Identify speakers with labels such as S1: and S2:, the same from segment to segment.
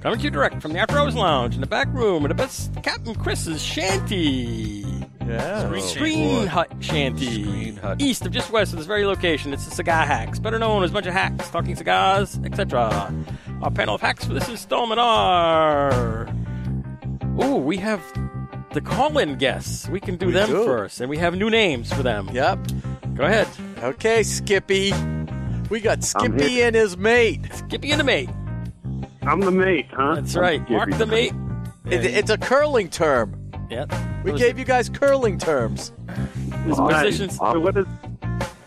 S1: Coming to you direct from the After Hours Lounge in the back room of the best Captain Chris's shanty.
S2: Yeah.
S1: Green,
S2: Oh,
S1: Green
S2: boy.
S1: Hut Shanty.
S2: Green Hut.
S1: East of just west of this very location, it's the Cigar Hacks, better known as a bunch of hacks, talking cigars, etc. Our panel of hacks for this installment are. Ooh, we have the call in guests. We can do
S2: We
S1: them
S2: do.
S1: first, and we have new names for them.
S2: Yep.
S1: Go ahead.
S2: Okay, Skippy. We got
S3: I'm
S2: Skippy
S3: here.
S2: and his mate.
S1: Skippy and the mate.
S3: I'm the mate, huh?
S1: That's right. Mark the mate.
S2: It, it's a curling term.
S1: Yep.
S2: We
S1: Those-
S2: gave you guys curling terms.
S1: those
S3: All right.
S1: positions.
S3: So what is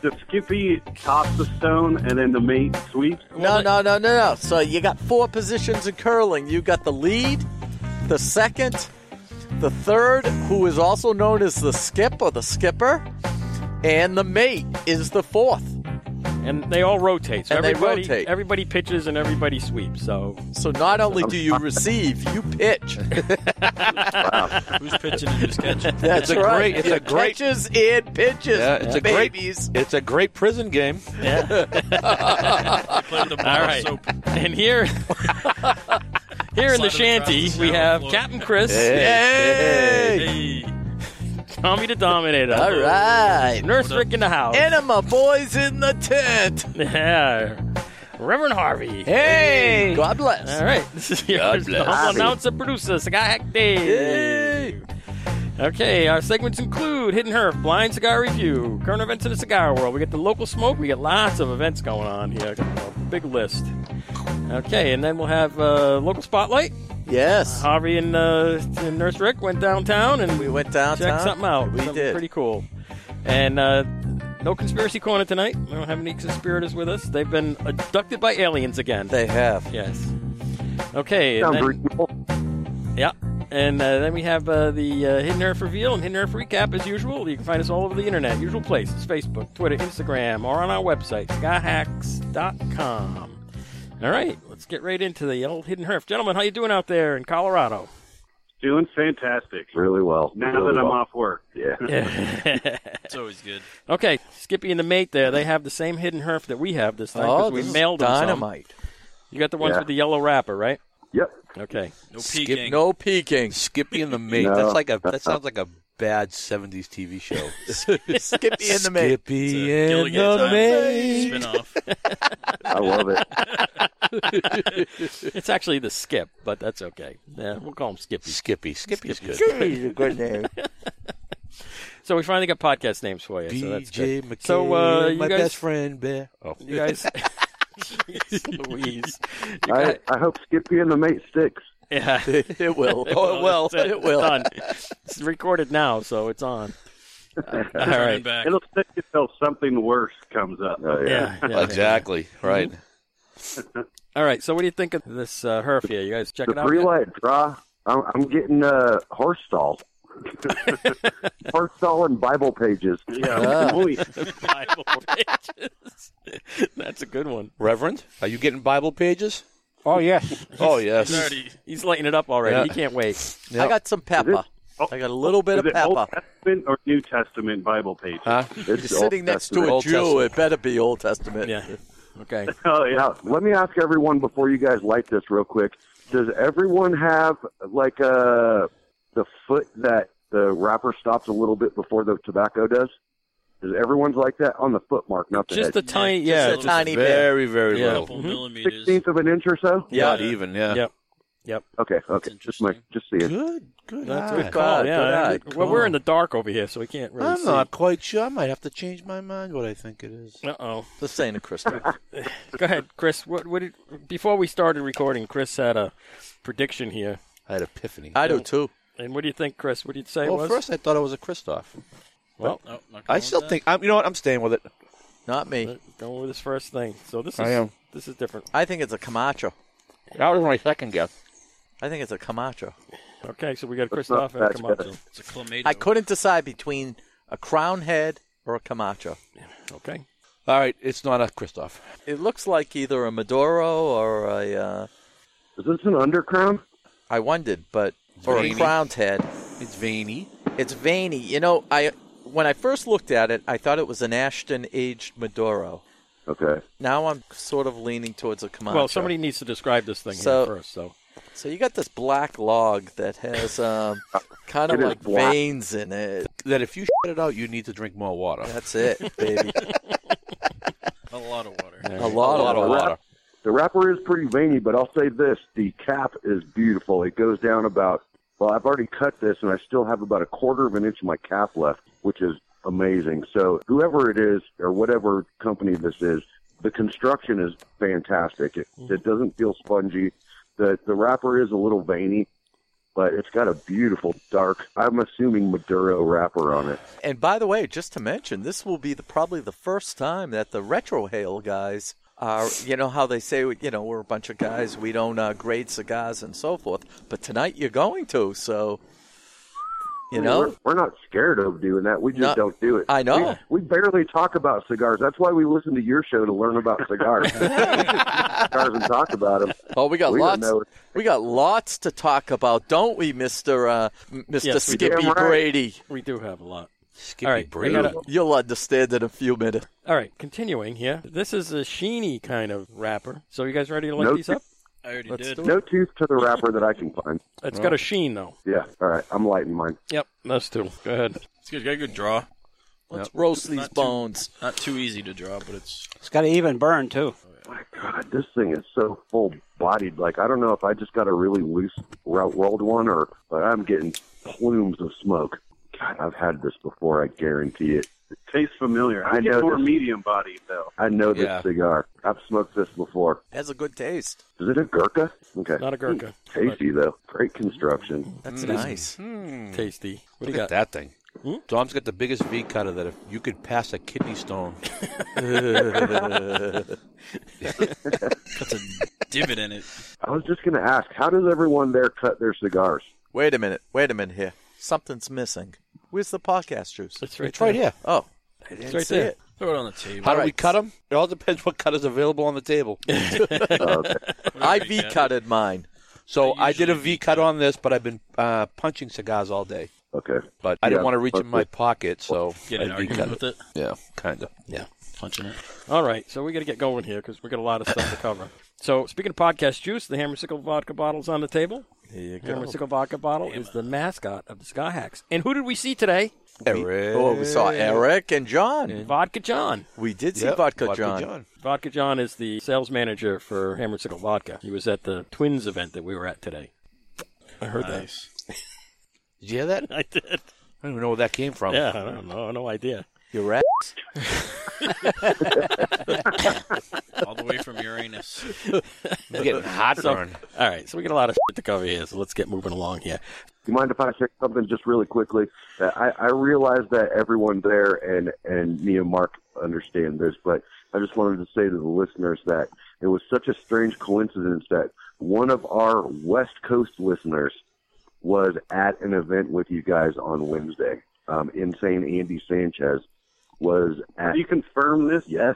S3: the Skippy tops the stone and then the mate sweeps?
S2: No,
S1: Well,
S2: no, no, no, no. So you got four positions in curling. You got the lead, the second, the third, who is also known as the skip or the skipper, and the mate is the fourth.
S1: and they all rotate. So
S2: And they
S1: everybody,
S2: rotate.
S1: Everybody pitches and everybody sweeps. So
S2: So not only do you receive, you pitch.
S4: Who's pitching and who's catching?
S2: That's
S5: a
S2: right.
S5: great- it's
S2: You
S5: a great-
S2: catches and pitches.
S5: Yeah, it's a great-
S2: babies.
S5: It's a great prison game.
S4: Play with the ball
S1: all right.
S4: soap.
S1: And here, here in the
S4: Slide it across
S1: shanty,
S4: the
S1: we
S4: channel
S1: have
S4: floor.
S1: Captain Chris,
S2: Hey.
S4: Hey.
S1: Tommy the Dominator,
S2: All right.
S1: Nurse
S4: Hold up.
S1: Rick in the house,
S2: Enema boys in the tent.
S1: yeah, Reverend Harvey.
S2: Hey. God bless.
S1: All right, this is your
S5: God bless.
S1: humble announcer, producer, Cigar Hack Dave.
S2: Hey.
S1: Okay, our segments include Hidden Herf, Blind Cigar Review, current events in the cigar world. We get the local smoke. We get lots of events going on here. A big list. Okay, and then we'll have uh, local spotlight.
S2: Yes.
S1: Harvey and, uh, and Nurse Rick went downtown and
S2: We went downtown.
S1: checked something out.
S2: We
S1: something
S2: did.
S1: Pretty cool. And uh, no conspiracy corner tonight. We don't have any conspirators with us. They've been abducted by aliens again.
S2: They have.
S1: yes. Okay. and
S3: Sounds
S1: then-
S3: reasonable.
S1: yeah. And uh, then we have uh, the uh, Hidden Earth Reveal and Hidden Earth Recap as usual. You can find us all over the internet, usual places Facebook, Twitter, Instagram, or on our website, skyhacks.com. All right, let's get right into the old Hidden Herf. Gentlemen, how you doing out there in Colorado?
S3: Doing fantastic.
S5: Really well.
S3: Now that I'm off work. Yeah.
S4: It's always good.
S1: okay, Skippy and the mate there, they have the same Hidden Herf that we have this time
S2: Oh,
S1: we
S2: this is
S1: mailed them some.
S2: dynamite.
S1: You got the ones
S3: Yeah.
S1: with the yellow wrapper, right?
S3: Yep.
S1: Okay.
S4: No
S5: Skip
S4: peeking.
S2: No peeking.
S5: Skippy and the Mate.
S3: No.
S5: That's like a. That sounds like a bad '70s TV show.
S2: Skippy in the mate.
S4: It's a
S5: Skippy and
S4: Gilligan
S5: the
S4: time
S5: Mate.
S4: spin off.
S3: I love it.
S1: It's actually the skip, but that's okay. Yeah, we'll call him Skippy.
S5: Skippy. Skippy's good.
S2: good name.
S1: So we finally got podcast names for you. so that's good.
S5: BJ McKay,
S1: So, uh, you
S5: my
S1: guys-
S5: best friend Bear. Oh,
S1: You guys, Jeez Louise. You
S3: I,
S1: guys-
S3: I hope Skippy and the mate sticks.
S1: yeah.
S2: It will. Oh, it will.
S1: It's-
S2: It will.
S1: It's, done. It's recorded now, so it's on. all
S4: Turning
S1: right.
S4: back.
S3: It'll stick until something worse comes up.
S1: Yeah, yeah, yeah.
S5: exactly right.
S1: All right. So, what do you think of this uh, herf here? You guys check
S3: The
S1: it out.
S3: free
S1: yet?
S3: light draw. I'm, I'm getting uh, horse stall. horse stall and Bible pages.
S1: Ah,
S3: Yeah. Holy-
S1: Bible pages. That's a good one.
S5: Reverend, are you getting Bible pages?
S6: Oh yes,
S5: Oh yes.
S4: He's already-
S1: He's lighting it up already.
S5: Yeah.
S1: He can't wait.
S2: I got some pepper.
S3: oh,
S2: I got a little bit
S3: Is
S2: of
S3: it Old
S2: pepper.
S3: Testament or New Testament Bible pages?
S5: Huh?
S3: It's
S2: You're sitting
S3: Old
S2: next
S3: Testament.
S2: to a
S5: Old
S2: Jew.
S5: Testament.
S2: It better be Old Testament.
S1: Yeah. Okay.
S3: Oh yeah. Let me ask everyone before you guys light this real quick. Does everyone have like uh the foot that the wrapper stops a little bit before the tobacco does? Does everyone's like that on the foot mark, not the
S1: Just a
S3: head?
S1: tiny.
S4: just
S1: Yeah.
S4: a
S1: just-
S4: little-
S2: Tiny bit.
S5: Very very
S1: Yeah.
S5: little.
S4: couple millimeters.
S3: sixteenth of an inch or so?
S1: Yeah.
S5: Not even. Yeah.
S1: Yeah.
S3: Okay, okay. Just my just see it.
S5: Good. Good.
S1: That's a
S5: eye.
S1: good call.
S2: God,
S1: Yeah.
S2: good
S1: that-
S2: eye,
S1: well,
S2: good
S1: we're
S2: call.
S1: in the dark over here, so we can't really
S5: I'm
S1: see.
S5: not quite sure. I might have to change my mind. What I think it is.
S1: Uh oh.
S2: The Saint of Christmas.
S1: Go ahead, Chris. What, what did, before we started recording, Chris had a prediction here.
S5: I had epiphany.
S2: I do too.
S1: And what do you think, Chris? What do you say it
S5: well,
S1: was?
S5: first I thought it was a Kristoff.
S1: well,
S4: Oh, not
S5: I
S4: going
S5: still
S4: with
S5: think. I'm, you know what? I'm staying with it.
S2: Not me.
S1: Uh, going with this first thing. So this is
S5: I am.
S1: this is different.
S2: I think it's a Camacho.
S5: That was my second guess.
S2: I think it's a Camacho.
S1: Okay, so we got
S3: not
S1: Christoph and
S3: that
S1: Camacho.
S4: that. It's a clamato.
S2: I couldn't decide between a crown head or a Camacho.
S1: Okay.
S5: All right, it's not a Kristoff.
S2: It looks like either a Maduro or a. Uh,
S3: Is this an undercrown?
S2: I wondered, but or a
S5: Veiny.
S2: crowned head.
S5: It's veiny.
S2: It's veiny. You know, I when I first looked at it, I thought it was an Ashton aged Maduro.
S3: Okay.
S2: Now I'm sort of leaning towards a Camacho.
S1: Well, somebody needs to describe this thing
S2: So-
S1: here first. So
S2: So you got this black log that has um, kind of
S3: It is
S2: like
S3: black.
S2: veins in it.
S5: That if you shit it out, you need to drink more water.
S2: That's it, baby.
S4: A lot of water.
S2: A lot,
S5: a lot
S2: of
S5: of
S2: water.
S5: water.
S3: The wrapper is pretty veiny, but I'll say this: the cap is beautiful. It goes down about. Well, I've already cut this, and I still have about a quarter of an inch of my cap left, which is amazing. So whoever it is, or whatever company this is, the construction is fantastic. It, it doesn't feel spongy. the The wrapper is a little veiny, but it's got a beautiful dark. I'm assuming Maduro wrapper on it.
S2: And by the way, just to mention, this will be the, probably the first time that the retrohale guys are. You know how they say, you know, we're a bunch of guys. We don't uh, grade cigars and so forth. But tonight you're going to. So, you know,
S3: we're, we're not scared of doing that. We just
S2: Oh. No,
S3: don't do it.
S2: I know.
S3: We, we barely talk about cigars. That's why we listen to your show to learn about cigars. We just eat cigars and talk about them.
S2: oh, we got
S3: we don't
S2: lots.
S3: know.
S2: We got lots to talk about, don't we, Mister uh, M- Mister
S1: Yes, we do.
S2: Skippy
S3: Damn right.
S2: Brady?
S1: We do have a lot.
S5: Skippy
S1: All right, I
S5: Brady.
S1: gotta-
S2: You'll understand in a few minutes.
S1: All right, continuing here. This is a sheeny kind of wrapper. So you guys ready to light
S3: No,
S1: these up?
S4: I already
S2: Let's
S4: did.
S2: do
S3: No tooth to the wrapper that I can find.
S1: It's got a sheen though.
S3: Yeah. All right. I'm lighting mine.
S1: Yep, those two. Go ahead.
S4: It's good. Got a good draw.
S2: Let's roast these
S4: Not too-
S2: bones.
S4: Not too easy to draw, but it's
S6: It's got an even burn too.
S3: My God, this thing is so full bodied. Like I don't know if I just got a really loose route rolled one or but I'm getting plumes of smoke. God, I've had this before. I guarantee it.
S7: Tastes familiar.
S3: I
S7: I get
S3: know
S7: more
S3: this-
S7: medium body though.
S3: I know this
S5: Yeah.
S3: cigar. I've smoked this before.
S2: Has a good taste.
S3: Is it a Gurkha? Okay. Hmm,
S1: Not a Gurkha.
S3: Tasty though. Great construction.
S2: That's Mm. nice.
S1: It's tasty. What do
S5: Hmm. Look
S1: you got?
S5: at that thing. Dom's got the biggest V cutter that if you could pass a kidney stone,
S4: cuts a divot in it.
S3: I was just going to ask, how does everyone there cut their cigars?
S2: Wait a minute. Wait a minute here. Something's missing. Where's the podcast juice?
S1: It's right,
S5: it's right
S1: there.
S5: here.
S2: Oh,
S1: It's right there.
S4: Throw it on the table.
S5: How do we
S2: right.
S5: cut them? It all depends what cutter's available on the table.
S2: I
S4: Whatever you
S2: V
S4: got.
S2: cutted mine.
S5: So I did a V cut on this, but I've been uh, punching cigars all day.
S3: Okay.
S5: But I
S3: Yeah,
S5: didn't want to reach in
S3: but-
S5: my pocket, so
S4: Get an
S5: I V-cut
S4: argument
S5: it.
S4: with it.
S5: Yeah, kind of.
S1: Yeah.
S4: Punching it.
S1: All right, so we got to get going here because we got a lot of stuff to cover. So speaking of podcast juice, the Hammer Sickle vodka bottle's on the table.
S2: Here you
S1: Hammer Sickle vodka bottle is the mascot of the Sky Hacks. And who did we see today?
S5: Eric.
S2: Oh, we saw Eric and John.
S1: Vodka John.
S2: We did see
S5: Yep,
S2: Vodka, John.
S1: Vodka John is the sales manager for Hammer Sickle Vodka. He was at the Twins event that we were at today. I heard
S4: Nice.
S5: Did you hear that?
S1: that. I did.
S5: I don't even know where that came from.
S1: Yeah, I don't know. No idea.
S2: Your ass.
S4: All the way from Uranus.
S5: I'm getting heartburn.
S1: All right, so we got a lot of shit to cover here, so let's get moving along here.
S3: Do you mind if I check something just really quickly? Uh, I, I realize that everyone there and, and me and Mark understand this, but I just wanted to say to the listeners that it was such a strange coincidence that one of our West Coast listeners was at an event with you guys on Wednesday. Um, Insane Andy Sanchez was at.
S7: Can you confirm this?
S3: yes.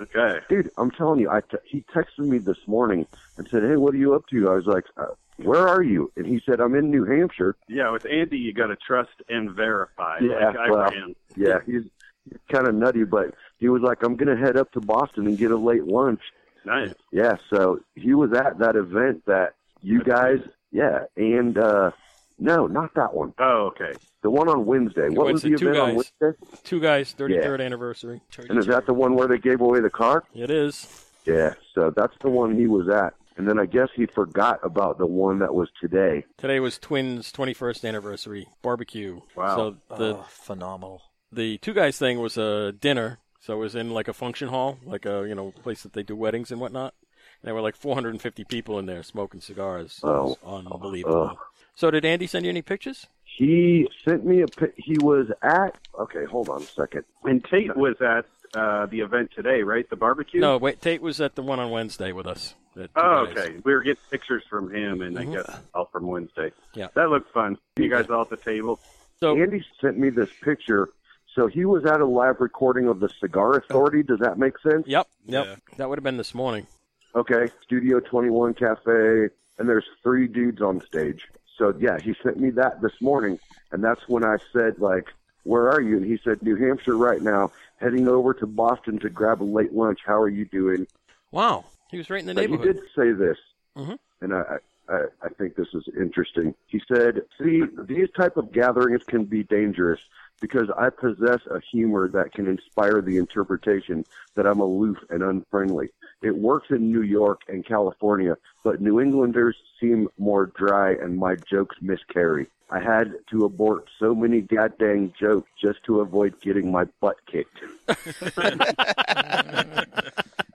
S7: Okay.
S3: dude, I'm telling you, I t- he texted me this morning and said, "Hey, what are you up to?" I was like, uh, "Where are you?" And he said, "I'm in New Hampshire."
S7: Yeah, with Andy, you got to trust and verify.
S3: Yeah,
S7: like I
S3: well.
S7: ran.
S3: Yeah, he's, he's kind of nutty, but he was like, "I'm gonna head up to Boston and get a late lunch."
S7: Nice.
S3: Yeah, so he was at that event that you guys, yeah, and uh no, not that one,
S7: Oh, okay.
S3: the one on Wednesday. What was
S1: Wednesday,
S3: the
S1: two
S3: event on
S1: guys.
S3: Wednesday?
S1: Two guys, 33rd anniversary.
S3: And is that the one where they gave away the car?
S1: It is.
S3: Yeah, so that's the one he was at. And then I guess he forgot about the one that was today.
S1: Today was Twins' 21st anniversary barbecue.
S7: Wow.
S1: So the
S2: Oh, phenomenal.
S1: the two guys thing was a dinner, so it was in like a function hall, like a you know place that they do weddings and whatnot. And there were like 450 people in there smoking cigars. It was unbelievable.
S3: oh.
S1: So did Andy send you any pictures?
S3: He sent me a. pi- He was at. Okay, hold on a second.
S7: And Tate was at uh, the event today, right? The barbecue.
S1: No, wait. Tate was at the one on Wednesday with us. at Two
S7: Oh,
S1: Guys.
S7: okay. We were getting pictures from him, and I guess all from Wednesday.
S1: Mm-hmm. Yeah.
S7: That looked fun. You guys all at the table.
S1: So
S3: Andy sent me this picture. So he was at a live recording of the Cigar Authority. Does that make sense?
S1: yep, yep.
S4: Yeah.
S1: That would have been this morning.
S3: Okay. Studio 21 Cafe, and there's three dudes on stage. So yeah, he sent me that this morning, and that's when I said like, "Where are you?" And he said, "New Hampshire right now, heading over to Boston to grab a late lunch. How are you doing?"
S1: Wow, he was right in the
S3: But he
S1: neighborhood.
S3: did say this,
S1: Mhm.
S3: and I, I I, I think this is interesting. He said, "See, these type of gatherings can be dangerous because I possess a humor that can inspire the interpretation that I'm aloof and unfriendly. It works in New York and California, but New Englanders seem more dry, and my jokes miscarry. I had to abort so many goddamn jokes just to avoid getting my butt kicked."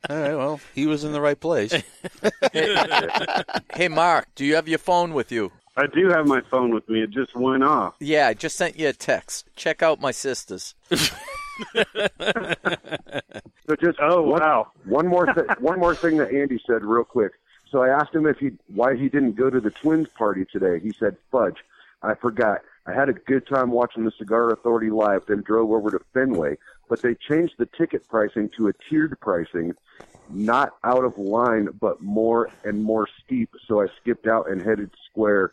S5: All right, well, he was in the right place.
S2: Hey, Mark, do you have your phone with you?
S7: I do have my phone with me. It just went off.
S2: Yeah, I just sent you a text. Check out my sisters.
S3: So just
S7: Oh
S3: one-
S7: wow!
S3: One more th- one more thing that Andy said real quick. So I asked him if he why he didn't go to the twins party today. He said, "Fudge, I forgot. I had a good time watching the Cigar Authority live, then drove over to Fenway, but they changed the ticket pricing to a tiered pricing, not out of line, but more and more steep. So I skipped out and headed square.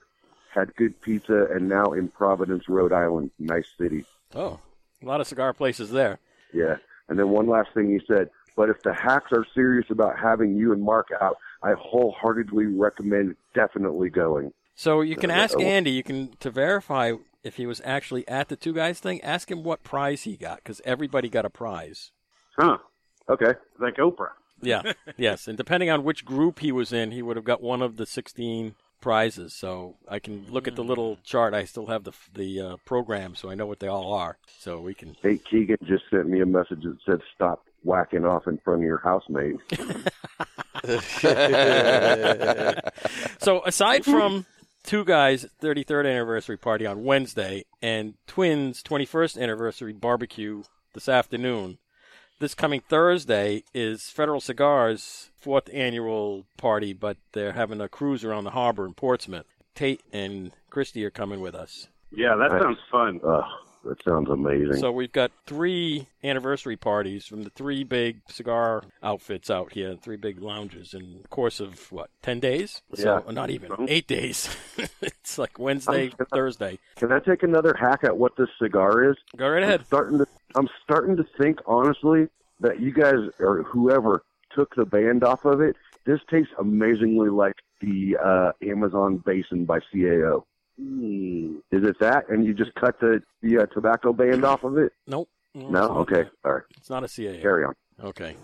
S3: Had good pizza, and now in Providence, Rhode Island, nice city.
S1: Oh, a lot of cigar places there.
S3: Yeah. And then one last thing he said, but if the hacks are serious about having you and Mark out, I wholeheartedly recommend definitely going.
S1: So you can
S3: Uh,
S1: ask
S3: uh,
S1: Andy. You can to verify if he was actually at the two guys thing. Ask him what prize he got because everybody got a prize.
S7: Huh?
S3: Okay.
S7: Like Oprah.
S1: Yeah. yes. And depending on which group he was in, he would have got one of the 16 prizes. So I can look at the little chart. I still have the the uh, program, so I know what they all are. So we can.
S3: Hey, Keegan just sent me a message that said, stop whacking off in front of your housemate.
S1: So aside from two guys 33rd anniversary party on Wednesday and twins 21st anniversary barbecue this afternoon. This coming Thursday is Federal Cigars' fourth annual party, but they're having a cruise around the harbor in Portsmouth. Tate and Christy are coming with us.
S7: Yeah, that
S3: Nice.
S7: sounds fun.
S3: Ugh, that sounds amazing.
S1: So we've got three anniversary parties from the three big cigar outfits out here, and three big lounges in the course of what ten days? So
S3: Yeah. Mm-hmm.
S1: not even
S7: Mhm.
S1: eight days. it's like Wednesday, Thursday.
S3: Can I take another hack at what this cigar is?
S1: Go right ahead.
S3: I'm starting to, I'm starting to think honestly that you guys or whoever took the band off of it, this tastes amazingly like the uh, Amazon Basin by CAO.
S1: Hmm.
S3: Is it that? And you just cut the the uh, tobacco band off of it?
S1: Nope.
S3: No.
S1: it's not-
S3: Okay. All right.
S1: It's not a CAA.
S3: Carry on.
S1: Okay.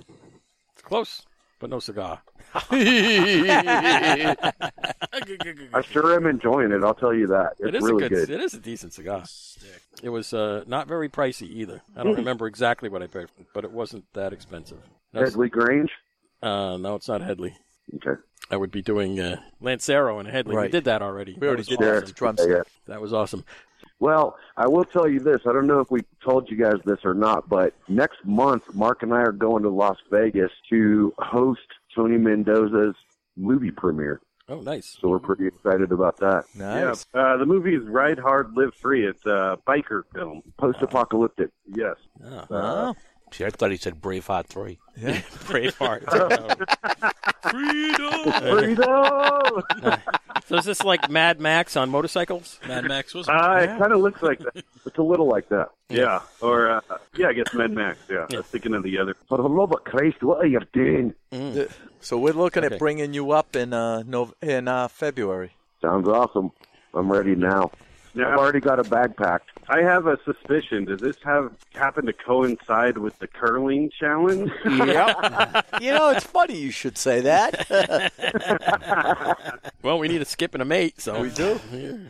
S1: It's close, but no cigar.
S3: I sure am enjoying it. I'll tell you that. It's
S1: Mm-hmm. it is
S3: really
S1: a
S3: good.
S1: It is a decent cigar. It was uh, not very pricey either. I
S3: Hmm.
S1: don't remember exactly what I paid, for it, but it wasn't that expensive. No,
S3: Headley Grange.
S1: uh, no, it's not Headley.
S3: Okay.
S1: I would be doing uh, Lancero and Headley. We
S2: Right.
S1: did that already.
S2: We already
S1: That was
S2: did
S1: awesome.
S2: that. The drum
S3: Yeah,
S2: set.
S3: yeah.
S1: That was awesome.
S3: Well, I will tell you this. I don't know if we told you guys this or not, but next month, Mark and I are going to Las Vegas to host Tony Mendoza's movie premiere.
S1: Oh, nice.
S3: So we're pretty excited about that.
S2: Nice.
S7: Yeah. Uh, the movie is Ride Hard, Live Free. It's a biker film.
S3: Post apocalyptic.
S7: Yes.
S2: Uh-huh.
S1: Ah,
S2: Wow.
S5: See, I thought he said Braveheart 3.
S1: Braveheart.
S2: Uh-huh.
S1: Oh.
S7: Freedom!
S1: so is this like Mad Max on motorcycles?
S4: Mad Max was.
S7: Uh, It kind of looks like that.
S3: It's a little like that.
S7: Yeah. Or, uh, yeah, I guess Mad Max. Yeah. I was thinking of the other.
S3: For the love of Christ, what are you doing?
S2: So we're looking
S1: Okay.
S2: at bringing you up in uh, Nov in uh, February.
S3: Sounds awesome. I'm ready now. I've
S7: Now,
S3: already got a bag packed.
S7: I have a suspicion. Does this have happen to coincide with the curling challenge?
S2: You know, it's funny you should say that.
S1: Well, we need a skip and a mate, so we do.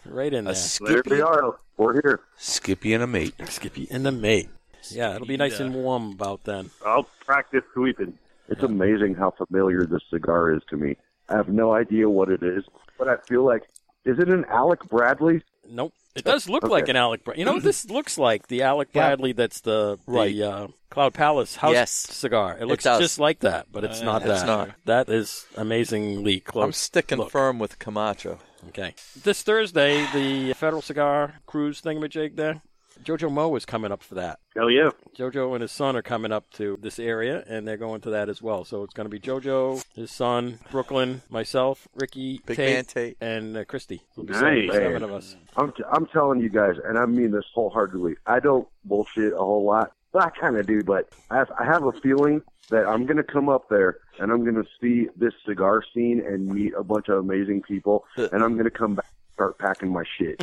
S1: right in
S5: A
S1: there.
S3: There
S5: Skippy,
S3: we are. We're here.
S5: Skippy and a mate.
S1: Skippy and the mate. Yeah, it'll be nice
S4: Yeah.
S1: and warm about then.
S7: I'll practice sweeping.
S3: It's amazing how familiar this cigar is to me. I have no idea what it is, but I feel like is it an Alec Bradley?
S1: Nope. It does look like an Alec Bradley. You know what this looks like? The Alec Bradley that's the, the
S5: Right.
S1: uh, Cloud Palace house
S2: Yes.
S1: cigar. It looks
S2: does.
S1: just like that, but it's not
S2: Uh, it's
S1: that.
S2: not.
S1: That is amazingly close.
S2: I'm sticking
S1: Look.
S2: firm with Camacho.
S1: Okay. This Thursday, the Federal Cigar Cruise thingamajig there. Jojo Mo is coming up for that.
S7: Hell yeah.
S1: Jojo and his son are coming up to this area, and they're going to that as well. So it's going to be Jojo, his son, Brooklyn, myself, Ricky,
S2: Big
S1: Tate,
S2: man Tate.
S1: and uh, Christy. It'll be seven,
S7: Nice.
S1: seven of us.
S3: I'm t- I'm telling you guys, and I mean this wholeheartedly. I don't bullshit a whole lot. I kind of do, but I have, I have a feeling that I'm going to come up there and I'm going to see this cigar scene and meet a bunch of amazing people, and I'm going to come back and start packing my shit.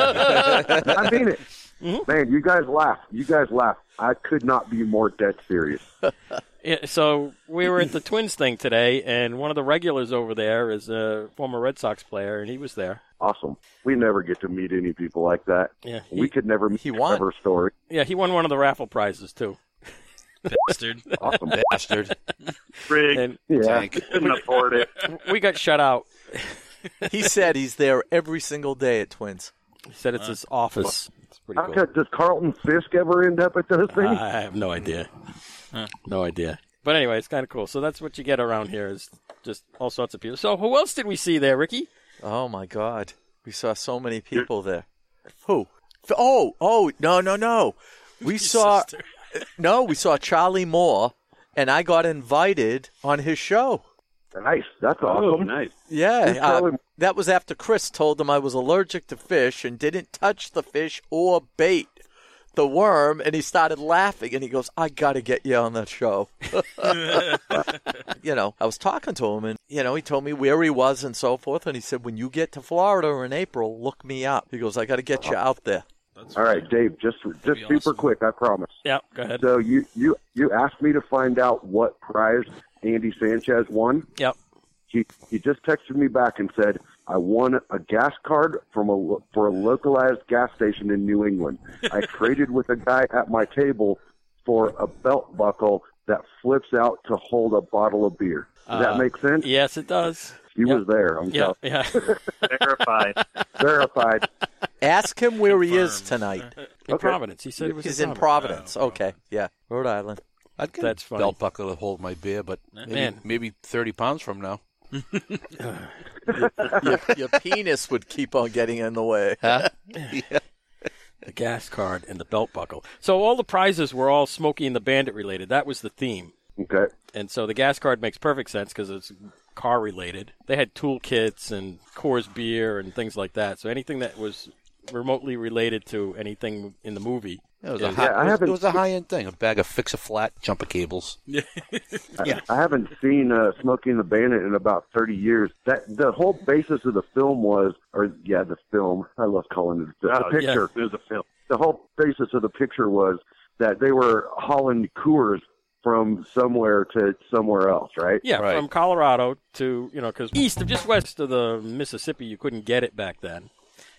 S3: I mean it. Man, you guys laugh. You guys laugh. I could not be more dead serious.
S1: Yeah, so we were at the Twins thing today, and one of the regulars over there is a former Red Sox player, and he was there.
S3: Awesome. We never get to meet any people like that.
S1: Yeah, he,
S3: We could never meet
S2: he won.
S3: Trevor Story.
S1: yeah, he won one of the raffle prizes too.
S4: bastard.
S3: Awesome.
S5: Bastard.
S7: Rigged.
S1: And
S3: yeah.
S5: Tank.
S7: Couldn't afford it.
S1: we got shut out.
S2: He said he's there every single day at Twins.
S1: He said it's his office. It's pretty
S3: How
S1: cool.
S3: could, does Carlton Fisk ever end up at those things?
S1: I have no idea. No idea. But anyway, it's kind of cool. So that's what you get around here is just all sorts of people. So who else did we see there, Ricky?
S2: Oh my God, we saw so many people there. Who? F- Oh, oh, no, no, no. We saw no, we saw Charlie Moore, and I got invited on his show.
S3: nice. That's
S7: Oh,
S3: awesome.
S7: nice.
S2: Yeah,
S3: Who's
S2: uh,
S3: Charlie-
S2: that was after Chris told him I was allergic to fish and didn't touch the fish or bait the worm, and he started laughing. And he goes, "I got to get you on that show." you know, I was talking to him, and you know, he told me where he was and so forth. And he said, "When you get to Florida in April, look me up." He goes, "I got to get you out there."
S3: All right, Dave. Just just super
S4: awesome.
S3: quick. I promise.
S1: Yeah, go ahead.
S3: So you you you asked me to find out what prize Andy Sanchez won.
S1: Yep.
S3: He he just texted me back and said I won a gas card from a lo- for a localized gas station in New England. I traded with a guy at my table for a belt buckle that flips out to hold a bottle of beer. Does that make sense?
S1: Yes, it does.
S3: he
S1: yeah.
S3: was there. I'm
S1: Yeah,
S3: telling-
S1: yeah.
S7: Verified.
S3: verified.
S2: Ask him where he is tonight.
S1: In
S3: Okay.
S1: Providence. He said it was
S2: He's in
S1: Providence.
S2: Providence. Okay, yeah, Rhode Island.
S5: I'd get
S1: That's
S5: That's
S1: funny.
S5: a belt buckle to hold my beer, but maybe,
S1: Man.
S5: maybe 30 pounds from now.
S2: Your, your penis would keep on getting in the way.
S1: the gas card and the belt buckle. So all the prizes were all Smokey and the Bandit related. That was the theme.
S3: Okay.
S1: And so the gas card makes perfect sense because it's car related. They had toolkits and Coors beer and things like that. So anything that was remotely related to anything in the movie.
S5: It was,
S1: Yeah,
S5: a, high,
S3: I
S5: it was,
S3: haven't-
S5: it was a high-end thing, a bag of fix-a-flat jumper cables.
S3: I haven't seen uh, Smokey and the Bandit in about 30 years. That the whole basis of the film was, or yeah, the film. I love calling it the, the
S7: Oh, yeah.
S3: picture.
S7: It was a film.
S3: The whole basis of the picture was that they were hauling Coors from somewhere to somewhere else, right?
S1: Yeah,
S5: Right.
S1: from Colorado to, you know, because east of just west of the Mississippi, you couldn't get it back then.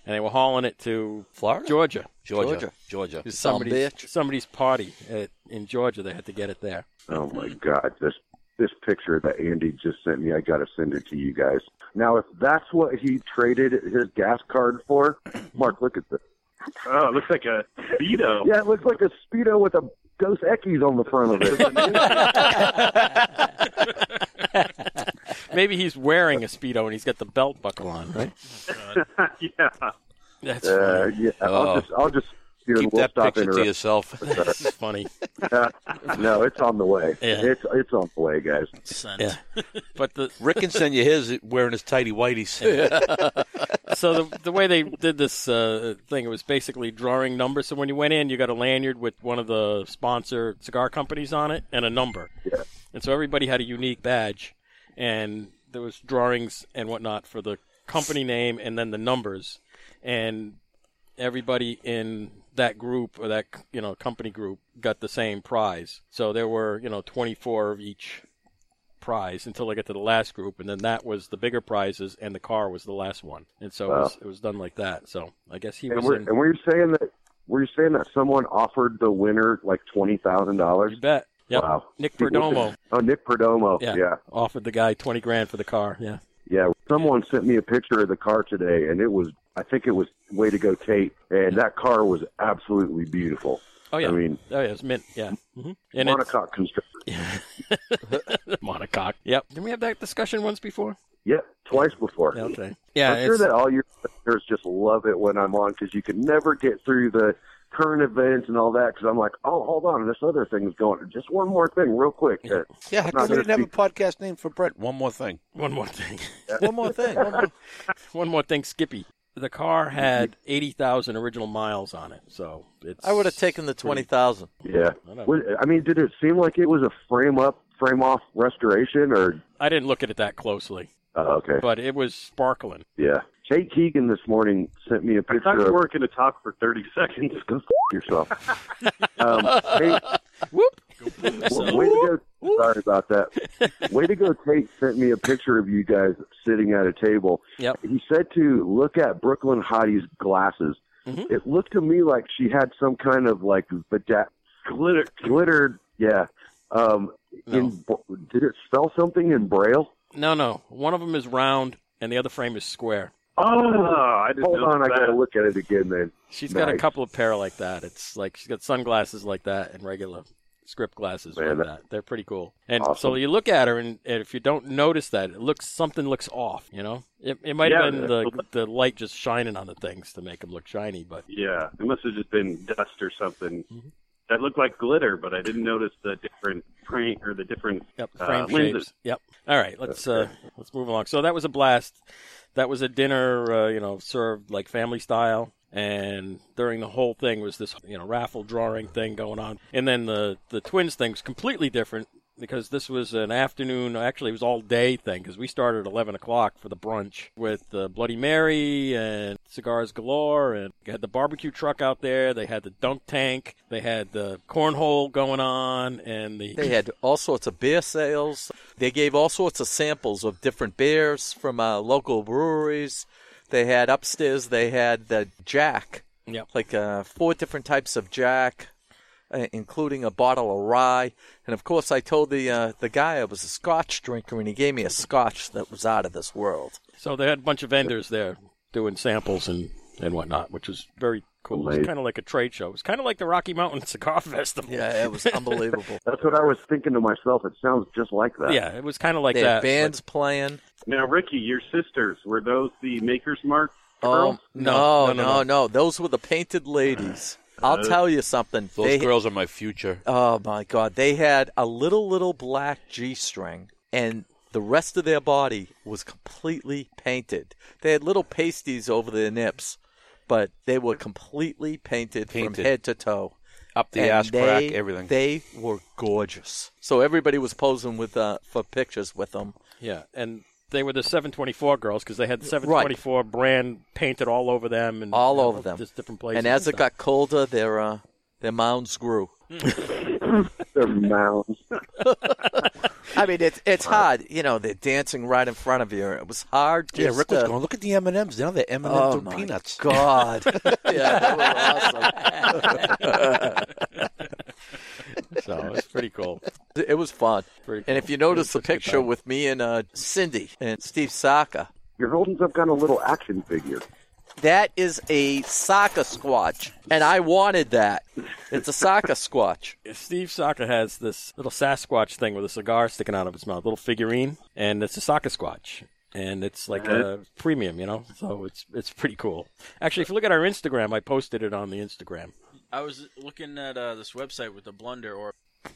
S1: And they were hauling it to
S2: Florida?
S1: Georgia.
S5: Georgia. Georgia.
S2: You son of a
S1: Somebody's,
S2: bitch.
S1: somebody's party at, in Georgia. They had to get it there.
S3: Oh my God, this this picture that Andy just sent me, I got to send it to you guys. Now, if that's what he traded his gas card for, Mark, look at this.
S7: Oh, it looks like a Vito.
S3: Yeah, it looks like a speedo with a Dos Equis on the front of it.
S1: Maybe he's wearing a Speedo and he's got the belt buckle on, right?
S7: yeah.
S1: That's
S3: Uh, yeah, I'll
S5: Oh.
S3: just, I'll just, here,
S5: Keep
S3: we'll
S5: that
S3: stop
S5: picture to
S3: interrupting.
S5: yourself.
S1: funny.
S3: no, it's on the way.
S1: Yeah.
S3: It's it's on the way, guys.
S4: Sent.
S1: Yeah. But the
S5: Rick can send you his wearing his tidy whities.
S1: so the the way they did this uh, thing, it was basically drawing numbers. So when you went in, you got a lanyard with one of the sponsor cigar companies on it and a number. Yeah. And so everybody had a unique badge, and there was drawings and whatnot for the company name and then the numbers, and everybody in that group or that you know company group got the same prize. So there were you know 24 of each prize until I got to the last group, and then that was the bigger prizes, and the car was the last one. And so it, was, it was done like that. So I guess he
S3: And
S1: was
S3: we're
S1: in.
S3: and we're saying that we're saying that someone offered the winner like twenty thousand dollars.
S1: You bet. Yep.
S3: Wow.
S1: Nick Perdomo.
S3: Oh, Nick Perdomo.
S1: Yeah.
S3: yeah,
S1: Offered the guy twenty grand for the car. Yeah.
S3: yeah. Someone sent me a picture of the car today, and it was I think it was way to go Tate, and that car was absolutely beautiful.
S1: Oh yeah.
S3: I mean,
S1: oh yeah. It was mint. Yeah. hmm And
S3: monocoque constructor.
S1: it's monocoque. Yep. Did we have that discussion once before?
S3: Yeah, twice before.
S1: Yeah, okay. Yeah.
S3: I'm sure that all your listeners just love it when I'm on because you can never get through the current events and all that because I'm like, oh, hold on, this other thing's going. Just one more thing, real quick. Uh,
S5: yeah, how
S3: Not
S5: come we
S3: gonna
S5: didn't have a
S3: speak.
S5: podcast name for Brett? One more thing.
S1: one more thing.
S2: One more thing. One more
S1: one more thing, Skippy. the car had eighty thousand original miles on it, so it's.
S2: I would have taken the twenty thousand.
S3: Yeah.
S1: know.
S3: Was- I mean, did it seem like it was a frame up, frame off restoration, or
S1: I didn't look at it that closely,
S3: oh, okay,
S1: but it was sparkling.
S3: yeah. Jay Keegan this morning sent me a
S7: Stop
S3: picture of
S7: working to talk for 30 seconds.
S3: go f- yourself. um, hey,
S1: Whoop!
S3: w- way to go! Sorry about that. Way to go! Tate sent me a picture of you guys sitting at a table.
S1: Yep.
S3: He said to look at Brooklyn Hottie's glasses.
S1: Mhm.
S3: It looked to me like she had some kind of like bedat-
S7: Glitter.
S3: glittered. Yeah. Um, in, did it spell something in Braille?
S1: No, no. One of them is round, and the other frame is square.
S7: Oh, I didn't
S3: Hold
S7: know
S3: on, I
S7: that.
S3: gotta look at it again then.
S1: She's got a
S3: Nice.
S1: couple of pair like that. It's like she's got sunglasses like that and regular script glasses
S3: Man,
S1: like
S3: that-
S1: that. They're pretty cool. And so
S3: Awesome.
S1: you look at her, and, and if you don't notice that, it looks something looks off. You know, it, it might
S7: Yeah,
S1: have been the the light just shining on the things to make them look shiny, but
S7: Yeah, it must have just been dust or something.
S3: Mm-hmm.
S7: That looked like glitter, but I didn't notice the different print or the different.
S1: Yep,
S7: Uh,
S1: frame
S7: lenses.
S1: shapes. Yep. All right, let's uh, let's move along. So that was a blast. That was a dinner, uh, you know, served like family style. And during the whole thing was this, you know, raffle drawing thing going on. And then the the twins thing's completely different because this was an afternoon. Actually, it was all day thing because we started at eleven o'clock for the brunch with uh, Bloody Mary and cigars galore, and they had the barbecue truck out there. They had the dunk tank. They had the cornhole going on, and the
S2: They had all sorts of beer sales. They gave all sorts of samples of different beers from uh, local breweries. They had upstairs. They had the Jack,
S1: Yep.
S2: like uh, four different types of Jack, uh, including a bottle of rye. And of course, I told the uh, the guy I was a Scotch drinker, and he gave me a Scotch that was out of this world.
S1: So they had a bunch of vendors there doing samples and, and whatnot, which was very cool. It was
S3: Amazing.
S1: kind of like a trade show. It was kind of like the Rocky Mountain Cigar Festival.
S2: Yeah, it was unbelievable.
S3: That's what I was thinking to myself. It sounds just like that.
S1: Yeah, it was kind of like
S2: they had
S1: that.
S2: bands playing.
S7: Now, Ricky, your sisters were those the Maker's Mark
S3: Um,
S7: girls?
S2: Oh
S1: No,
S2: no,
S1: no,
S2: no,
S1: no,
S2: no, Those were the painted ladies. I'll tell you something.
S5: Those
S2: They-
S5: girls are my future.
S2: Oh my God! They had a little little black g-string, and the rest of their body was completely painted. They had little pasties over their nips, but they were completely painted, from
S5: Painted.
S2: head to toe.
S5: Up the
S2: And
S5: ass crack,
S2: they-
S5: everything.
S2: They were gorgeous. So everybody was posing with uh, for pictures with them.
S1: yeah, and they were the 724 girls because they had the 724 brand painted all over them and
S2: All
S1: you know,
S2: over them.
S1: just different places.
S2: And as it
S1: stuff.
S2: got colder, their uh, their mounds grew.
S3: Their mouths.
S2: I mean, it's it's hard, you know. They're dancing right in front of you. It was hard.
S5: yeah,
S2: just
S5: Rick was
S2: to-
S5: going. Look at the M and M's now. They're M and M's
S2: Oh
S5: with
S2: my
S5: peanuts.
S2: God! yeah, they were awesome.
S1: so it was pretty cool.
S2: It was fun.
S1: Pretty
S2: And if you notice the picture with me and uh, Cindy and Steve Saka,
S3: You're holding some kind of little action figure.
S2: that is a Saka squatch, and I wanted that. It's a Saka squatch.
S1: Steve Saka has this little Sasquatch thing with a cigar sticking out of his mouth, little figurine, and it's a Saka Squatch. And it's like a premium, you know, so it's it's pretty cool. Actually, if you look at our Instagram, I posted it on the Instagram.
S4: I was looking at uh, this website with the blunder or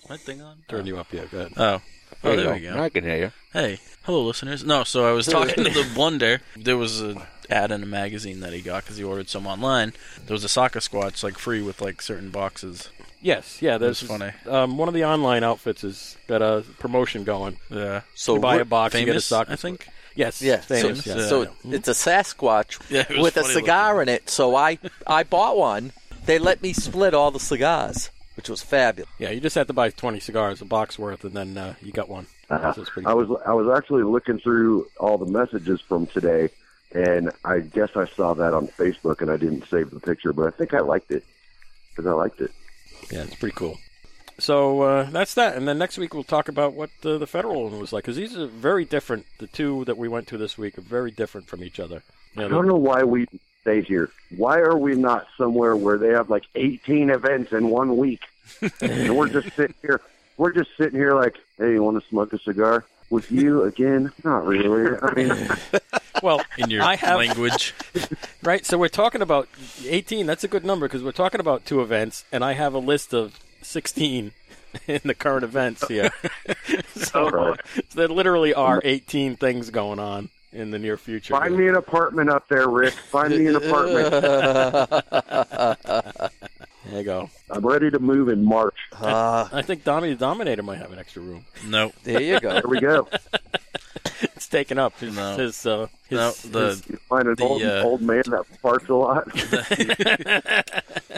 S4: what thing on.
S1: Turn you up, yeah, go ahead.
S4: Oh. Oh, there we
S5: you
S4: go.
S5: go. I can hear you.
S4: Hey, hello, listeners. No, so I was talking to the Blunder. There was an ad in a magazine that he got because he ordered some online. There was a soccer squatch like free with like certain boxes.
S1: Yes, yeah, that's
S4: That's funny.
S1: Um, one of the online outfits has got a promotion going.
S4: Yeah,
S2: So
S1: You buy a
S2: Rick-
S1: box, you get a
S4: famous.
S1: Saka
S4: I think.
S1: Yes,
S2: Yeah,
S1: famous.
S2: so,
S1: yeah.
S2: so it's a Sasquatch
S4: Yeah, it was
S2: with a
S4: funny
S2: cigar in it. So I, I bought one. They let me split all the cigars, which was fabulous.
S1: Yeah, you just have to buy twenty cigars, a box worth, and then uh, you got one. So it's pretty
S3: I was I was actually looking through all the messages from today, and I guess I saw that on Facebook, and I didn't save the picture, but I think I liked it because I liked it.
S1: Yeah, it's pretty cool. So uh, that's that, and then next week we'll talk about what uh, the federal one was like because these are very different. The two that we went to this week are very different from each other. You
S3: I
S1: know,
S3: don't know why we stay here. Why are we not somewhere where they have like 18 events in one week, and we're just sitting here? We're just sitting here like, hey, you want to smoke a cigar with you again? Not really. I mean,
S1: well,
S4: In your
S1: I have-
S4: language,
S1: right. So we're talking about eighteen. That's a good number because we're talking about two events, and I have a list of sixteen in the current events here. so, there literally are eighteen things going on in the near future.
S3: Find me an apartment up there, Rick. Find me an apartment.
S1: There you go.
S3: I'm ready to move in March.
S2: Ah,
S1: I think Dommy the Dominator might have an extra room.
S4: No,
S2: there you go.
S3: There we go.
S1: It's taken up. His,
S4: No.
S1: his, uh, his,
S4: no, the
S3: You find an
S4: The,
S3: old,
S4: uh,
S3: old man that farts a lot.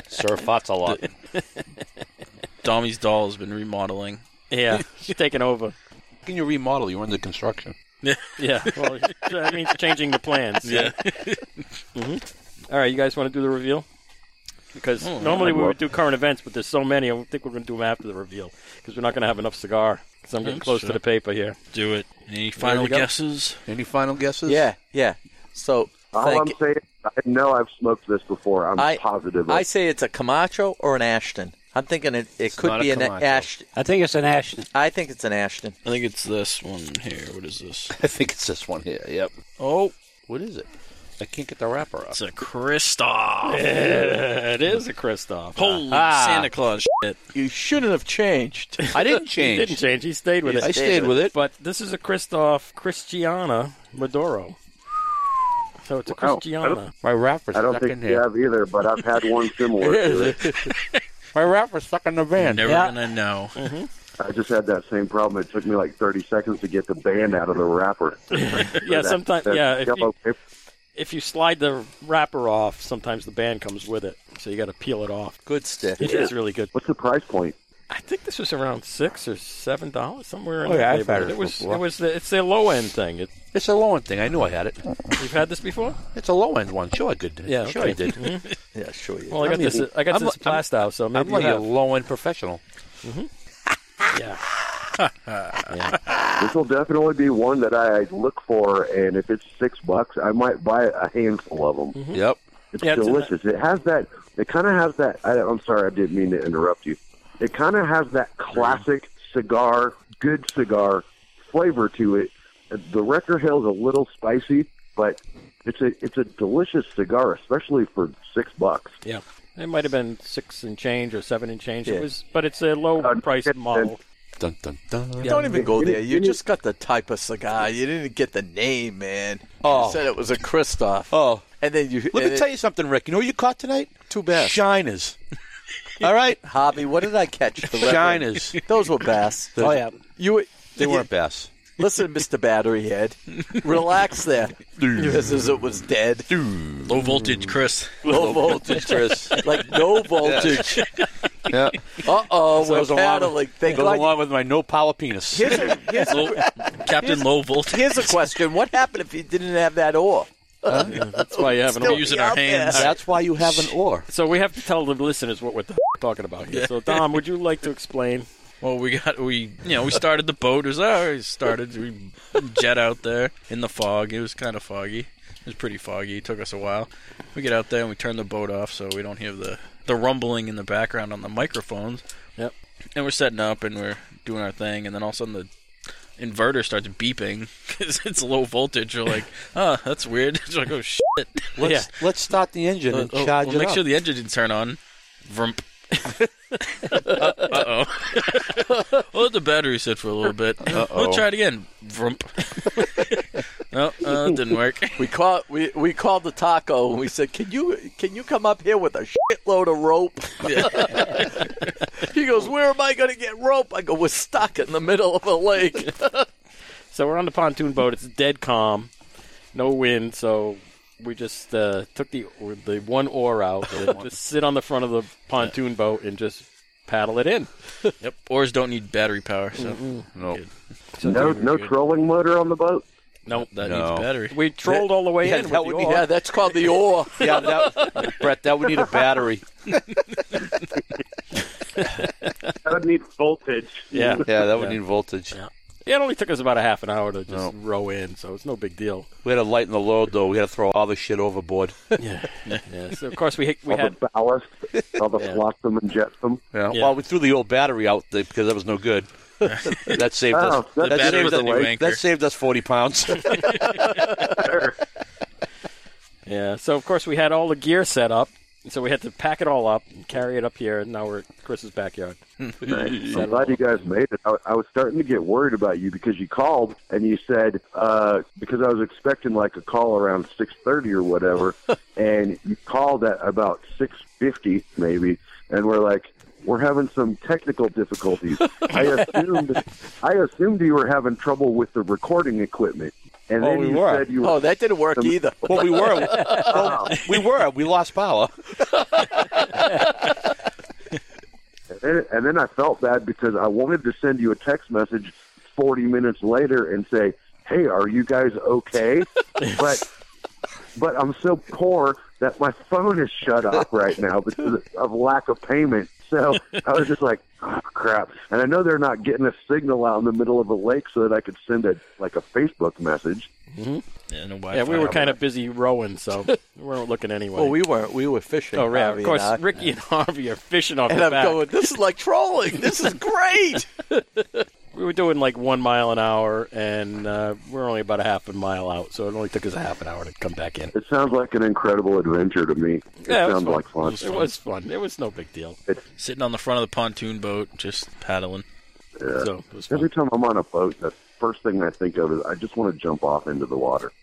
S5: Sir farts a lot.
S4: Dommy's doll has been remodeling.
S1: yeah, it's taken over.
S5: How can you remodel? You're under construction.
S1: Yeah, well, that means changing the plans. Mm-hmm.
S4: Yeah.
S1: All right, you guys want to do the reveal? Because normally we would do current events, but there's so many. I don't think we're going to do them after the reveal because we're not going to have enough cigar. Because I'm getting
S4: That's
S1: close
S4: true.
S1: to the paper here.
S4: Do it. Any final
S1: you go.
S4: guesses?
S5: Any final guesses?
S2: Yeah, yeah. So
S3: All I'm
S2: thank,
S3: saying, I know I've smoked this before. I'm
S2: I-
S3: positive.
S2: I say it's a Camacho or an Ashton. I'm thinking it, it could
S5: not
S2: be
S5: a
S2: an
S5: Camacho.
S2: Ashton.
S6: I think it's an Ashton.
S2: I think it's an Ashton.
S4: I think it's this one here. What is this?
S5: I think it's this one here. Yep. Oh, what is it? I can't get the wrapper off.
S4: It's a Kristoff.
S1: It is a Kristoff.
S4: Holy Santa Claus shit.
S2: You shouldn't have changed.
S5: I didn't
S1: He
S5: change.
S1: didn't change. He stayed with
S5: I
S1: it.
S5: stayed with it.
S1: But this is a Kristoff Christiana Maduro. So it's a
S3: Wow.
S1: Christiana.
S5: My wrapper's
S3: I don't
S5: stuck in
S3: think you
S5: here.
S3: have either, but I've had one similar to it.
S5: My wrapper's stuck in the van.
S4: Never
S6: Yeah.
S4: gonna know.
S3: I just had that same problem. It took me like 30 seconds to get the band out of the wrapper.
S1: Yeah,
S3: That-
S1: sometimes.
S3: that
S1: Yeah, if
S3: yellow
S1: you,
S3: paper.
S1: if you slide the wrapper off, sometimes the band comes with it. So you got to peel it off.
S2: Good stick.
S1: It is really good.
S3: What's the price point?
S1: I think this was around six or seven dollars somewhere. In
S5: Oh, yeah,
S1: that
S5: I've had
S1: neighborhood.
S5: it
S1: It was
S5: before.
S1: it was the, it's a low end thing. It,
S5: It's a low end thing. I knew I had it.
S1: you've had this before?
S5: It's a low end one. Sure, I could.
S1: Yeah,
S5: sure
S1: okay.
S5: I did.
S2: Yeah, sure you.
S1: Well, I got
S5: I'm
S1: this.
S5: even-
S1: I got
S5: I'm
S1: this
S5: li- I'm-
S1: Plastow, so maybe
S5: I'm like
S1: you
S5: a
S1: have.
S5: low end professional.
S1: yeah.
S3: This will definitely be one that I look for, and if it's six bucks, I might buy a handful of them.
S5: Yep.
S3: It's
S1: Yeah, it's-
S3: delicious. it has that. It kind of has that. I, I'm sorry, I didn't mean to interrupt you. It kind of has that classic cigar, good cigar flavor to it. The Wrecker Hill is a little spicy, but it's a it's a delicious cigar, especially for six bucks.
S1: Yeah. It might have been six and change or seven and change.
S2: Yeah.
S1: It was, but it's a low
S3: Uh,
S1: price
S3: it-
S1: model.
S5: Dun, dun, dun.
S2: Don't even go
S3: Didn't-
S2: there. You
S3: didn't-
S2: just got the type of cigar. You didn't get the name, man.
S5: Oh.
S2: You said it was a Christoph.
S5: Oh.
S2: And then you
S5: Let
S2: and
S5: me
S2: it-
S5: tell you something, Rick. You know what you caught tonight?
S2: Too bad.
S5: Shiners. All right?
S2: Hobby, what did I catch? The red one?
S5: Shiners.
S2: Those were bass.
S5: Oh, yeah.
S2: You were,
S5: They weren't bass.
S2: Listen, Mr. Battery Head. Relax there. this is it was dead.
S4: Low voltage, Chris.
S2: Low voltage, Chris. like no voltage.
S5: Yeah.
S2: Uh oh,
S5: So it
S2: we're
S5: was a lot of-
S2: paddling.
S5: They
S2: Thank
S5: go
S2: God.
S5: along with my no power penis.
S2: Here's a, here's, a,
S4: Low, Captain Low Voltage.
S2: here's a question. What happened if you didn't have that oar?
S1: That's why you have
S2: Still
S1: an.
S4: We're using
S2: out
S4: our
S2: there.
S4: hands.
S5: That's why you have an oar.
S1: So we have to tell the listeners what we're th- talking about here. So Dom, would you like to explain?
S4: Well, we got we you know we started the boat. It was uh, we started we jet out there in the fog. It was kind of foggy. It was pretty foggy. It took us a while. We get out there and we turn the boat off so we don't hear the the rumbling in the background on the microphones.
S1: Yep.
S4: And we're setting up and we're doing our thing, and then all of a sudden the inverter starts beeping because it's low voltage. We're like, oh, that's weird. It's like, oh shit.
S5: Let's, let's start the engine
S4: Oh,
S5: and
S4: oh,
S5: charge
S4: well,
S5: it
S4: make
S5: up.
S4: sure the engine didn't turn on. Vrump. uh oh. well, the battery sit for a little bit.
S5: Uh-oh.
S4: We'll try it again. Vrump. no, uh, it didn't work.
S2: We call we we called the taco and we said, "Can you can you come up here with a shitload of rope?" he goes, "Where am I going to get rope?" I go, "We're stuck in the middle of a lake."
S1: So we're on the pontoon boat. It's dead calm, no wind. So we just uh, took the the one oar out, and just sit on the front of the pontoon boat and just paddle it in.
S4: Yep. Oars don't need battery power, so
S3: No no trolling motor on the boat.
S1: No,
S4: that
S5: No.
S4: needs battery.
S1: we trolled all the way
S2: yeah,
S1: in.
S2: that
S1: with
S2: would
S1: the
S2: be,
S1: oar.
S2: yeah, that's called the oar.
S5: yeah, that, Brett, that would need a battery.
S7: I would need voltage.
S1: Yeah.
S5: Yeah, that would need voltage.
S1: Yeah, It only took us about a half an hour to just row in, so it's no big deal.
S5: We had to lighten the load, though. We had to throw all the shit overboard.
S1: Yeah. yeah. So of course we we
S3: All
S1: had
S3: the ballast, all the flotsam and jetsam.
S5: Yeah.
S1: Yeah.
S5: Well, we threw the old battery out there because that was no good. that saved us.
S3: Oh, that
S4: The
S5: that
S4: battery
S5: saved,
S4: was a new
S5: us,
S4: anchor.
S5: that saved us 40 pounds.
S1: yeah. So of course we had all the gear set up, So we had to pack it all up and carry it up here, and now we're at Chris's backyard.
S3: I'm glad you guys made it. I, I was starting to get worried about you because you called and you said uh, because I was expecting like a call around six thirty or whatever, and you called at about six fifty maybe, and we're like. We're having some technical difficulties. I assumed I assumed you were having trouble with the recording equipment, and
S5: Oh,
S3: then
S5: we
S3: you
S5: were. Oh,
S3: said you were
S2: Oh, that didn't work either.
S5: Well, we were. well, we were. We lost power.
S3: And, and then I felt bad because I wanted to send you a text message 40 minutes later and say, "Hey, are you guys okay?" but but I'm so poor that my phone is shut off right now because of lack of payment. So I was just like, oh, "Crap!" And I know they're not getting a signal out in the middle of a lake so that I could send a like a Facebook message.
S4: And a
S1: Yeah,
S4: Wi-Fi.
S1: we were kind of busy rowing, so we weren't looking anyway.
S5: Well, we weren't. We were fishing.
S1: oh, yeah,
S5: Harvey
S1: of
S5: and
S1: course,
S5: I.
S1: Ricky and Harvey are fishing off
S2: And
S1: the
S2: I'm
S1: back.
S2: going, this is like trolling. This is great.
S1: We were doing like one mile an hour, and uh, we're only about a half a mile out, so it only took us a half an hour to come back in.
S3: It sounds like an incredible adventure to me. It
S1: Yeah, it was
S3: sounds
S1: fun.
S3: like fun.
S1: It was fun. It was no big deal.
S4: sitting on the front of the pontoon boat, just paddling.
S1: So it was fun.
S3: Every time I'm on a boat, the first thing I think of is I just want to jump off into the water.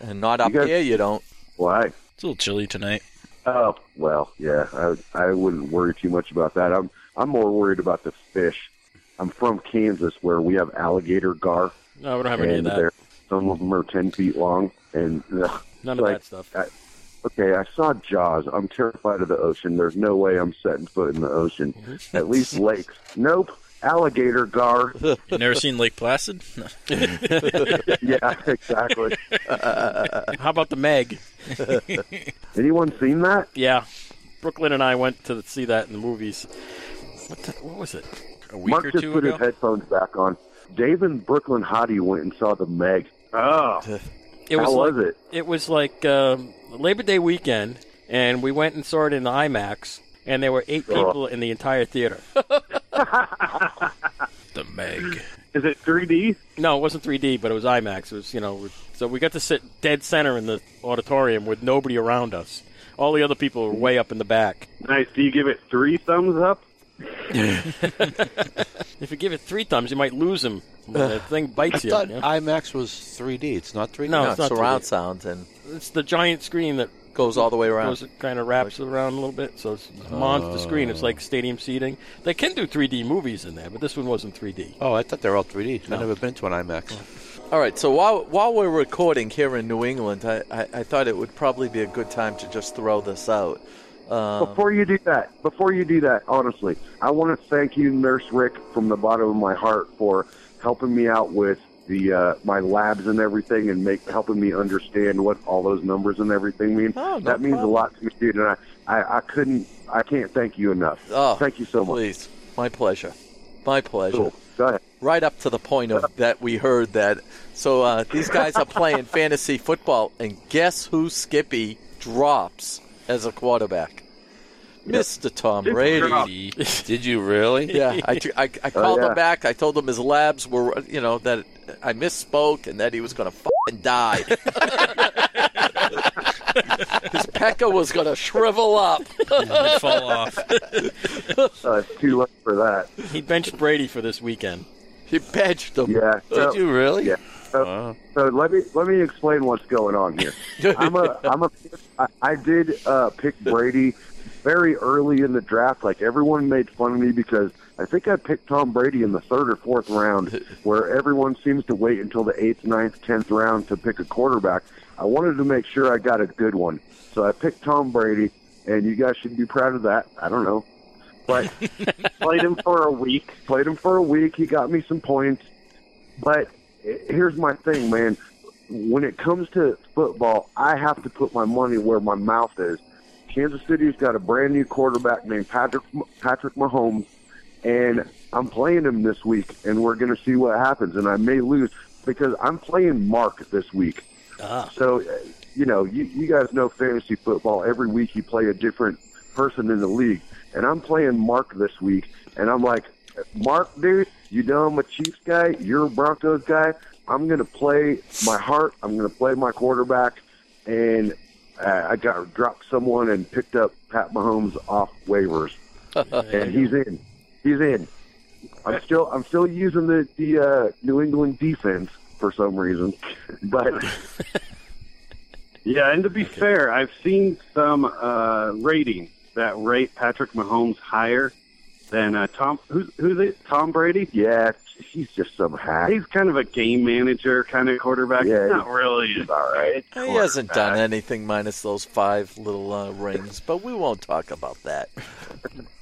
S2: And not up
S3: You guys-
S2: here, you don't.
S3: Why?
S4: It's a little chilly tonight.
S3: Oh well, yeah. I I wouldn't worry too much about that. I'm I'm more worried about the fish. I'm from Kansas, where we have alligator gar,
S1: No, we don't have any of
S3: and
S1: that.
S3: they're, some of them are ten feet long, and uh,
S1: None of
S3: like,
S1: that stuff.
S3: I, okay, I saw Jaws. I'm terrified of the ocean. There's no way I'm setting foot in the ocean. At least lakes. Nope. Alligator gar.
S4: You never seen Lake Placid? No.
S3: yeah, exactly.
S1: How about the Meg?
S3: Anyone seen that?
S1: Yeah, Brooklyn and I went to see that in the movies. What, the, what was it?
S4: A week
S3: Mark
S4: or
S3: just
S4: two
S3: put
S4: ago.
S3: his headphones back on. Dave and Brooklyn Hottie went and saw the Meg.
S7: Oh,
S1: It was
S3: How
S1: like,
S3: was it?
S1: It was like um, Labor Day weekend, and we went and saw it in the IMAX, and there were eight people in the entire theater.
S4: The Meg.
S7: is it 3D?
S1: No, it wasn't 3D, but it was IMAX. It was you know, with- so we got to sit dead center in the auditorium with nobody around us. All the other people were way up in the back.
S7: Nice. Do you give it three thumbs up?
S1: If you give it three thumbs, you might lose him. The thing
S5: I
S1: bites you.
S5: thought
S1: you know?
S5: IMAX was 3D. It's not 3D.
S1: No,
S2: No,
S1: Oh, it's not
S2: surround
S1: 3D.
S2: sound and
S1: it's the giant screen that
S2: goes all the way around.
S1: goes kind of wraps around a little bit, so it's a monster screen. It's like stadium seating. They can do 3D movies in there, but this one wasn't 3D.
S5: Oh, I thought they were all 3D. I've never been to an IMAX.
S2: All right, so while while we're recording here in New England, I, I, I thought it would probably be a good time to just throw this out. Um,
S3: Before you do that, before you do that, honestly, I want to thank you, Nurse Rick, from the bottom of my heart for helping me out with the uh, my labs and everything, and make helping me understand what all those numbers and everything mean.
S2: Oh, no
S3: that means a
S2: problem.
S3: lot to me, dude. And I, I, I couldn't, I can't thank you enough.
S2: oh,
S3: thank you so much.
S2: Please, my pleasure, my pleasure.
S3: Cool. Go ahead.
S2: Right up to the point of that we heard that. So uh, these guys are playing fantasy football, and guess who Skippy drops as a quarterback? Mister Tom Brady.
S5: Did you really?
S2: yeah, I, t- I, I called
S3: Oh, yeah.
S2: him back. I told him his labs were, you know, that I misspoke and that he was going to fucking die. his pecker E was going to shrivel up.
S4: It'd fall off.
S3: Uh, it's too late for that.
S1: He benched Brady for this weekend.
S2: He benched him.
S3: Yeah. so-
S5: Did you really?
S3: Yeah. So, so let me let me explain what's going on here. I'm a I'm a I, I did uh, pick Brady very early in the draft. Like everyone made fun of me because I think I picked Tom Brady in the third or fourth round, where everyone seems to wait until the eighth, ninth, tenth round to pick a quarterback. I wanted to make sure I got a good one, so I picked Tom Brady, and you guys should be proud of that. I don't know, but
S7: Played him for a week.
S3: played him for a week. He got me some points. But here's my thing, man. When it comes to football, I have to put my money where my mouth is. Kansas City's got a brand new quarterback named Patrick Patrick Mahomes, and I'm playing him this week, and we're going to see what happens. And I may lose because I'm playing Mark this week. So, uh, you know, you, you guys know fantasy football. Every week you play a different person in the league. And I'm playing Mark this week, and I'm like, Mark, dude, you know I'm a Chiefs guy. You're a Broncos guy. I'm going to play my heart. I'm going to play my quarterback. And uh, I got dropped someone and picked up Pat Mahomes off waivers, and he's in. He's in. I'm still I'm still using the the uh, New England defense for some reason, but
S7: Yeah, and to be fair, I've seen some uh, ratings that rate Patrick Mahomes higher than uh, Tom. Who's who's it? Tom Brady.
S3: yeah, he's just some hack.
S7: He's kind of a game manager kind of quarterback.
S3: Yeah,
S7: He's not really.
S3: He's all right.
S2: He hasn't done
S3: Uh,
S2: anything minus those five little uh, rings, but we won't talk about that.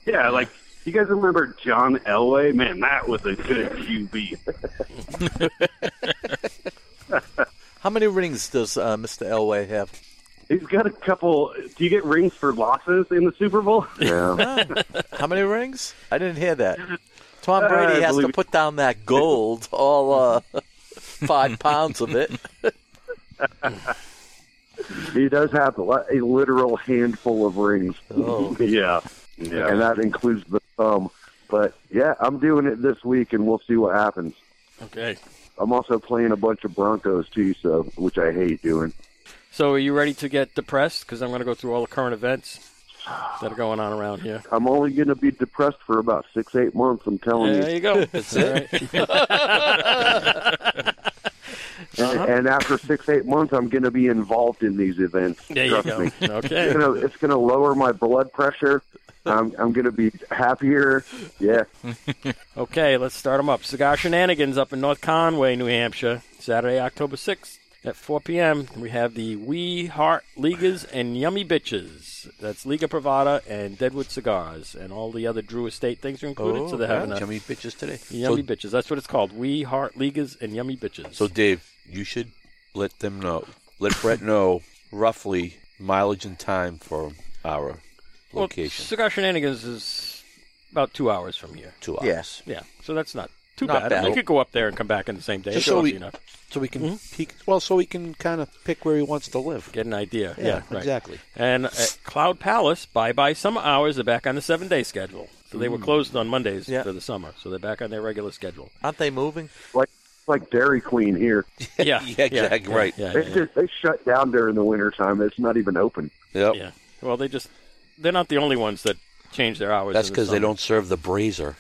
S7: Yeah, like you guys remember John Elway? Man, that was a good QB.
S2: How many rings does uh, Mr. Elway have?
S7: He's got a couple. Do you get rings for losses in the Super Bowl?
S3: Yeah,
S2: How many rings? I didn't hear that. Tom
S7: Uh,
S2: Brady
S7: I
S2: has to
S7: believe-
S2: put down that gold, all uh, five pounds of it.
S3: he does have a, lot- a literal handful of rings.
S2: Oh.
S7: Yeah. Yeah.
S3: and that includes the thumb. But yeah, I'm doing it this week, and we'll see what happens.
S1: Okay.
S3: I'm also playing a bunch of Broncos too, so which I hate doing.
S1: So are you ready to get depressed? Because I'm going to go through all the current events that are going on around here.
S3: I'm only going to be depressed for about six, eight months. I'm telling
S1: There
S3: you.
S1: you go. That's it.
S3: And, and after six, eight months, I'm going to be involved in these events.
S1: There you
S3: Trust
S1: go.
S3: me. It's
S1: Okay.
S3: gonna, it's gonna lower my blood pressure. I'm, I'm gonna be happier. Yeah,
S1: Okay, let's start them up. Cigar Shenanigans up in North Conway, New Hampshire, Saturday, October 6th at 4 p.m. We have the We Heart Ligas and Yummy Bitches. That's Liga Privada and Deadwood Cigars, and all the other Drew Estate things are included. so they're having
S5: Oh, yeah,
S1: a
S5: yummy bitches today.
S1: Yummy
S5: So,
S1: Bitches. That's what it's called. We Heart Ligas and Yummy Bitches.
S5: so, Dave, you should let them know. Let Brett know roughly mileage and time for our
S1: Well,
S5: location.
S1: Cigar Shenanigans is about two hours from here.
S5: Two hours.
S2: Yes.
S1: Yeah, so that's not too
S5: Not
S1: bad.
S5: bad.
S1: You could go up there and come back in the same day. It's
S5: Just so we-
S1: easy enough.
S5: So we can peek, well, so we can kind of pick where he wants to live.
S1: Get an idea. Yeah, right.
S5: exactly.
S1: And at Cloud Palace, bye bye summer hours. They're back on the seven day schedule. So they were
S5: Mm.
S1: closed on Mondays
S2: Yeah.
S1: for the summer. So they're back on their regular schedule.
S2: Aren't they moving?
S3: like like Dairy Queen here.
S1: Yeah,
S5: Yeah, exactly, right.
S1: Yeah,
S3: They
S1: yeah,
S3: just they shut down during the winter time. It's not even open.
S5: Yep.
S1: yeah. Well, they just they're not the only ones that change their hours.
S5: That's
S1: in the
S5: because they
S1: summer.
S5: don't serve the brazier.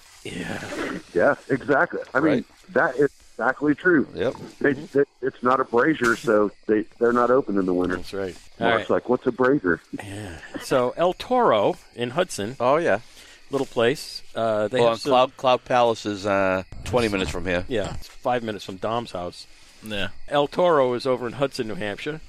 S3: Yeah, exactly. I mean,
S5: Right.
S3: that is exactly true.
S5: Yep.
S3: They, they, it's not a brazier, so they they're not open in the winter.
S1: That's right. All
S3: Mark's like, what's a brazier?
S1: right. So El Toro in Hudson,
S2: Oh yeah.
S1: little place. Uh, they
S5: Well,
S1: have some,
S5: Oh, Cloud Cloud Palace is uh, 20 minutes from here.
S1: Yeah, it's five minutes from Dom's house.
S4: Yeah.
S1: El Toro is over in Hudson, New Hampshire,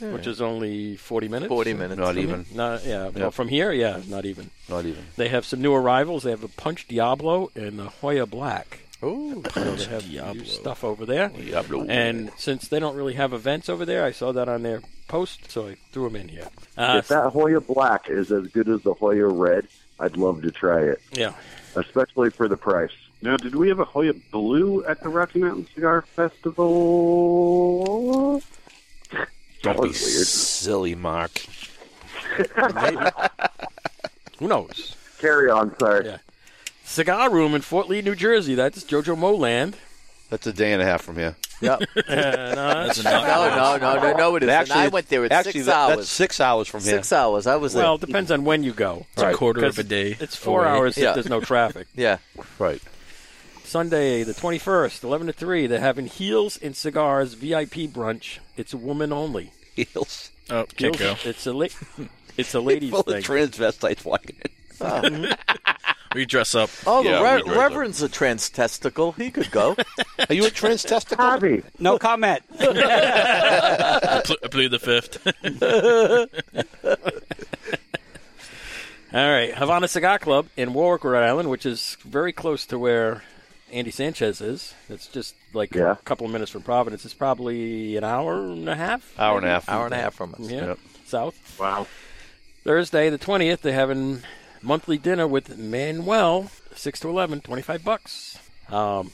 S1: which is only forty minutes.
S2: Forty minutes.
S5: Not even.
S1: Not, yeah. Well, from here, yeah, not even.
S5: Not even.
S1: They have some new arrivals. They have a Punch Diablo and a Hoya Black.
S5: Ooh.
S1: So they have new stuff over there.
S5: Diablo.
S1: And since they don't really have events over there, I saw that on their post, so I threw them in here. Uh,
S3: if that Hoya Black is as good as the Hoya Red, I'd love to try it,
S1: yeah.
S3: especially for the price.
S7: Now, did we have a Hoya Blue at the Rocky Mountain Cigar Festival?
S3: That
S5: Be
S3: was weird.
S5: silly, Mark.
S1: Who knows?
S3: Carry on, sorry.
S1: Yeah. Cigar Room in Fort Lee, New Jersey. That's Jojo Moland.
S5: That's a day and a half from here.
S1: And, uh,
S4: That's a knock.
S2: No, no, no, no, no. It isn't. I went there. It's
S5: actually,
S2: six
S5: that-
S2: hours.
S5: That's six hours from here.
S2: Six hours. I was
S1: well,
S2: there.
S1: depends on when you go.
S4: It's a quarter of
S1: 'Cause
S4: a day.
S1: It's four
S4: away.
S1: hours
S2: Yeah.
S1: if there's no traffic.
S2: Yeah.
S5: Right.
S1: Sunday, the 21st, 11 to 3, they're having Heels and Cigars VIP brunch. It's a woman only.
S5: Heels.
S4: Oh, can't go.
S1: Heels- It's a la- it's a ladies
S5: Full
S1: thing.
S5: of transvestites walking in.
S4: We dress up.
S2: Oh, the
S4: Yeah,
S2: re-
S4: we dress up.
S2: Reverend's a trans testicle. He could go.
S5: Are you a trans testicle?
S3: Javi,
S6: No comment.
S4: I pl- I plead the fifth.
S1: All right, Havana Cigar Club in Warwick, Rhode Island, which is very close to where Andy Sanchez is. It's just like
S3: Yeah.
S1: a couple of minutes from Providence. It's probably an hour and a half.
S5: Hour and a half.
S2: Hour and a half from us.
S1: Yeah,
S5: Yep.
S1: south.
S7: Wow.
S1: Thursday, the 20th, they're having monthly dinner with Manuel, 6 to 11, 25 bucks. Um,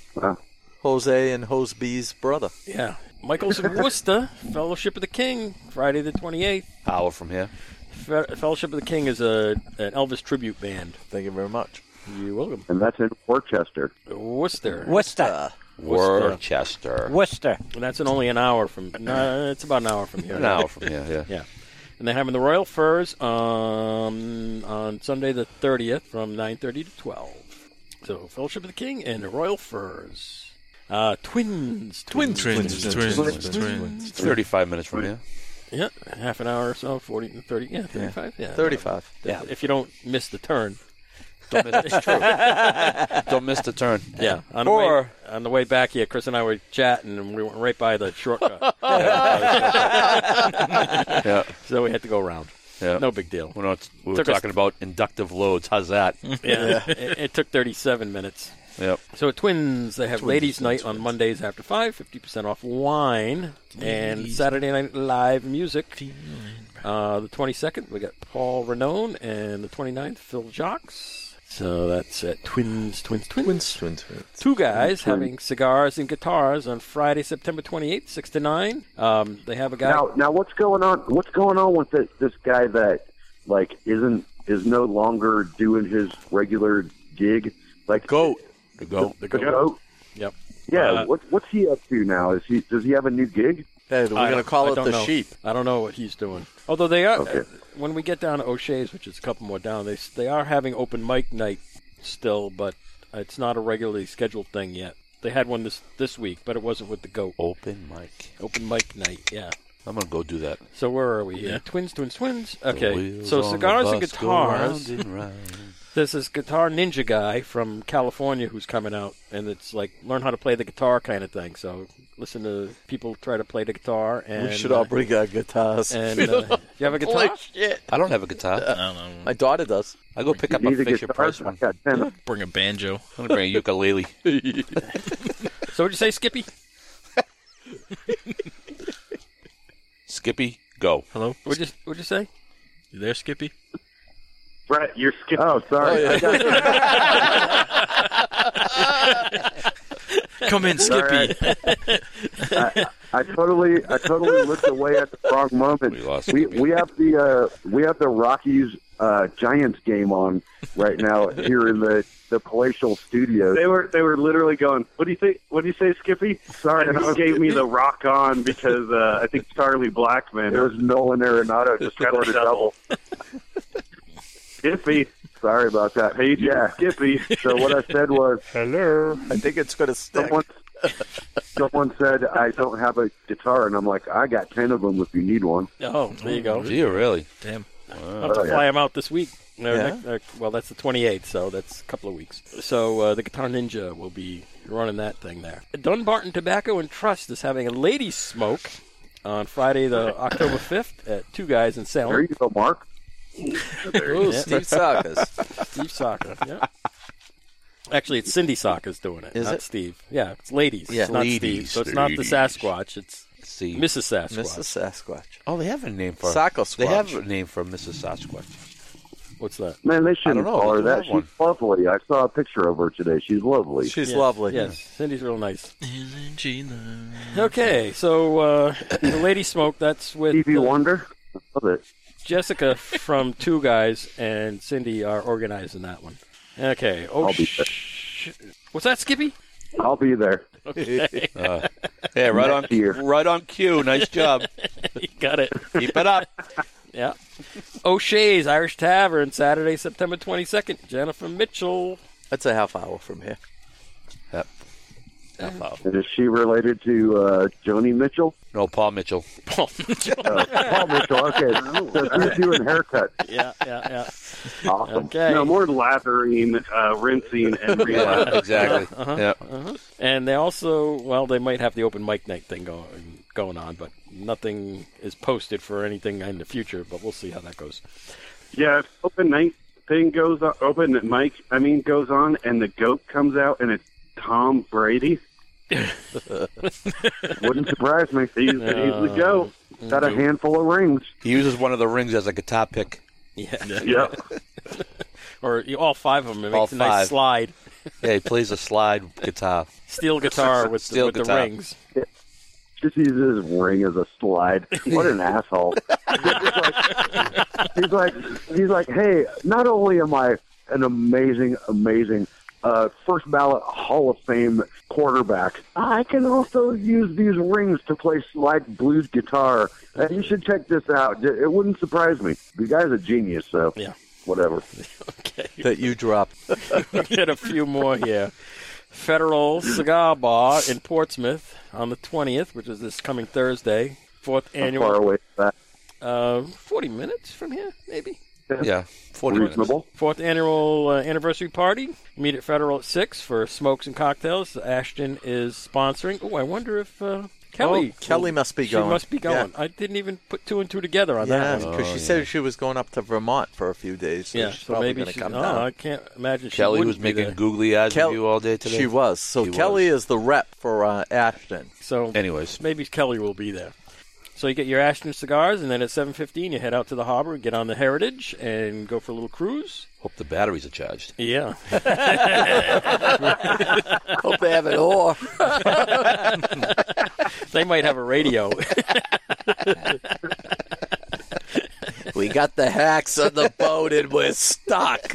S2: Jose and Jose B's brother.
S1: yeah. Michael's in Worcester, Fellowship of the King, Friday the 28th.
S5: Hour from here.
S1: Fe- Fellowship of the King is a an Elvis tribute band.
S2: Thank you very much.
S1: You're welcome.
S3: and that's in Worcester.
S1: Worcester.
S2: Uh,
S6: Worcester.
S5: Worcester.
S6: Worcester.
S1: And that's in only an hour from. No, it's about an hour from here.
S5: An hour from here. Yeah.
S1: Yeah. and they're having the Royal Furs um, on Sunday the 30th from 9:30 to 12. So Fellowship of the King and the Royal Furs, uh, twins, twins,
S4: Twins, twins, twins, twins.
S5: It's 35 minutes from here.
S1: Yeah, half an hour or so, 40, 30, yeah, 35, yeah,
S2: 35.
S5: Yeah.
S1: If you don't miss the turn,
S5: Don't miss, it's true. Don't miss the turn.
S1: yeah. On the
S5: Or-
S1: way, on the way back here, Chris and I were chatting, and we went right by the shortcut,
S5: Yeah.
S1: so we had to go around.
S5: yeah.
S1: No big deal.
S5: We're not, we were
S1: Took us-
S5: talking about inductive loads. How's that?
S1: Yeah, it, it took 37 minutes.
S5: yep.
S1: So at Twins, they have Ladies Night on Mondays after 5, 50% off wine, and Saturday Night Live music. Uh, the 22nd, we got Paul Renone, and the 29th, Phil Jocks. So that's at Twins, Twins, Twins.
S6: Twins, twins, twins.
S1: Two guys having cigars and guitars on Friday, September 28th, 6 to 9. Um, they have a guy.
S3: Now, now, what's going on? What's going on with this, this guy that like isn't is no longer doing his regular gig? Like
S5: Goat. The goat.
S1: the
S3: the
S1: goat.
S3: goat?
S1: Yep.
S3: Yeah.
S1: Uh,
S3: what, what's he up to now? Is he does he have a new gig?
S2: Hey, we're
S1: I
S2: going to
S1: don't-
S2: call
S1: I
S2: it
S1: don't
S2: the
S1: know.
S2: sheep.
S1: I don't know what he's doing. Although they are,
S3: Okay.
S1: when we get down to O'Shea's, which is a couple more down, they s- they are having open mic night still, but it's not a regularly scheduled thing yet. They had one this this week, but it wasn't with the goat.
S5: Open mic.
S1: Open mic night, yeah.
S5: I'm going to go do that.
S1: So where are we here? Twins, twins, twins. Okay,
S5: wheels
S1: so
S5: on the
S1: cigars and
S5: bus go
S1: guitars.
S5: round and round.
S1: There's this guitar ninja guy from California who's coming out, and it's like learn how to play the guitar kind of thing. So listen to people try to play the guitar, and
S2: We should all
S1: uh,
S2: bring our guitars.
S1: and uh, you have a guitar.
S2: Holy shit.
S5: I don't have a guitar.
S4: I don't know.
S2: My daughter does.
S5: I go pick up
S3: He
S5: a
S3: needs a
S5: Fisher
S3: guitar?
S5: Price one.
S3: I got ten.
S4: Bring a banjo.
S5: I'm going to bring a ukulele.
S1: So what'd you say, Skippy?
S5: Skippy, go.
S4: Hello?
S1: What'd you, what'd you say?
S4: You there, Skippy?
S7: Brett, you're skipping.
S3: Oh, sorry. I got
S4: Come in, Skippy.
S3: I totally, I totally looked away at the wrong moment.
S5: We lost
S3: We,
S5: Skippy.
S3: we have the uh, we have the Rockies uh, Giants game on right now here in the the palatial studios.
S7: They were they were literally going. What do you think? What do you say, Skippy?
S3: Sorry,
S7: And he gave me the rock on because uh, I think Charlie Blackman
S3: it was Nolan Arenado just
S7: got
S3: scored
S7: a
S3: a double.
S7: double. Skippy,
S3: Sorry about that.
S7: hey,
S3: yeah.
S7: Skippy.
S3: So what I said was
S2: I think it's going to stick.
S3: someone someone said I don't have a guitar, and I'm like, I got ten of them if you need one.
S1: Oh, there you go.
S5: Gee, really?
S4: Damn.
S1: I'll have to
S3: yeah.
S1: fly him out this week. No,
S2: Yeah.
S1: next- uh, well, that's the 28th, so that's a couple of weeks. So uh, the Guitar Ninja will be running that thing there. Dunbarton Tobacco and Trust is having a ladies' smoke on Friday, the October 5th, at Two Guys in
S3: There
S1: Salem.
S3: you go, Mark.
S2: Ooh, Steve Sarkis.
S1: Steve Saka. Yeah. Actually, it's Cindy Saka's doing it,
S2: Is
S1: not
S2: it?
S1: Steve. Yeah, it's ladies.
S2: Yeah.
S1: It's not Steve.
S5: Ladies,
S1: So it's not the
S5: ladies.
S1: Sasquatch. It's
S5: See.
S1: Mrs. Sasquatch.
S2: Mrs. Sasquatch.
S5: Oh, they have a name for
S2: Sacco
S5: They have a
S2: Squatch.
S5: name for Mrs. Sasquatch.
S1: What's that?
S3: Man, they
S5: I don't
S3: shouldn't
S5: know.
S3: call her
S5: They do
S3: that.
S5: have
S3: She's
S5: one.
S3: lovely. I saw a picture of her today. She's lovely.
S2: She's
S1: Yes,
S2: lovely.
S1: Yes, Cindy's real nice.
S4: Isn't she the-
S1: Okay, so uh, the lady smoke. That's with
S3: Stevie
S1: uh,
S3: Wonder. I love it.
S1: Jessica from Two Guys and Cindy are organizing that one. Okay. Oh,
S3: I'll be
S1: sh- what's that, Skippy?
S3: I'll be there.
S5: Yeah, right on,
S3: Next year.
S5: right on cue. Nice job.
S1: You got it.
S5: Keep it up.
S1: Yeah. O'Shea's Irish Tavern, Saturday, September 22nd. Jennifer Mitchell.
S2: That's a half hour from here.
S3: And is she related to uh, Joni Mitchell?
S5: No, Paul Mitchell.
S1: Paul Mitchell.
S3: Oh, Paul Mitchell. Okay, so she's doing haircuts.
S1: yeah, yeah, yeah.
S3: Awesome.
S1: Okay.
S7: No more lathering, uh, rinsing, and relathering.
S5: Yeah, exactly. Yeah.
S1: And they also, well, they might have the open mic night thing going going on, but nothing is posted for anything in the future. But we'll see how that goes.
S7: Yeah, if open night thing goes on, open mic, I mean, goes on, and the goat comes out, and it's Tom Brady.
S3: Wouldn't surprise me.
S7: He's, he's the goat.
S3: Got a handful of rings.
S5: He uses one of the rings as a guitar pick.
S1: Yeah.
S7: Yep.
S1: or you- all five of them. It
S5: All
S1: makes a nice
S5: five.
S1: slide.
S5: Yeah, he plays a slide guitar.
S1: Steel guitar with,
S5: Steel
S1: the, with
S5: guitar.
S1: the rings.
S3: Just uses his ring as a slide. What an asshole. he's, like, he's like, he's like, hey, not only am I an amazing, amazing uh, first ballot Hall of Fame quarterback. I can also use these rings to play slide blues guitar. And you should check this out. It wouldn't surprise me. The guy's a genius, so
S1: Yeah.
S3: whatever.
S1: Okay.
S5: that you dropped.
S1: we get a few more here. Federal Cigar Bar in Portsmouth on the 20th, which is this coming Thursday. Fourth
S3: How far
S1: annual.
S3: away is that?
S1: Uh, 40 minutes from here, maybe.
S5: Yeah, forty minutes.
S3: Reasonable.
S1: Fourth annual uh, anniversary party. Meet at Federal at 6 for smokes and cocktails. Ashton is sponsoring. Oh, I wonder if uh, Kelly.
S2: Oh, Kelly must be
S1: she
S2: going.
S1: must be
S2: Yeah.
S1: going. I didn't even put two and two together on
S2: Yeah,
S1: that one.
S2: because she said she was going up to Vermont for a few days. So
S1: Yeah,
S2: she's
S1: so
S2: probably
S1: maybe
S2: gonna
S1: she,
S2: come
S1: no,
S2: down.
S1: I can't imagine she
S5: Kelly
S1: wouldn't
S5: was
S1: be
S5: making
S1: there.
S5: googly eyes
S2: Kel-
S5: at you all day today.
S2: She was. So
S5: She
S2: Kelly
S5: was.
S2: is the rep for uh, Ashton.
S1: So
S5: Anyways,
S1: maybe Kelly will be there. So you get your Ashton cigars, and then at 7:15 you head out to the harbor, and get on the Heritage, and go for a little cruise.
S5: hope the batteries are charged.
S1: Yeah,
S2: Hope they have it all.
S1: they might have a radio.
S2: we got the hacks on the boat and we're stuck.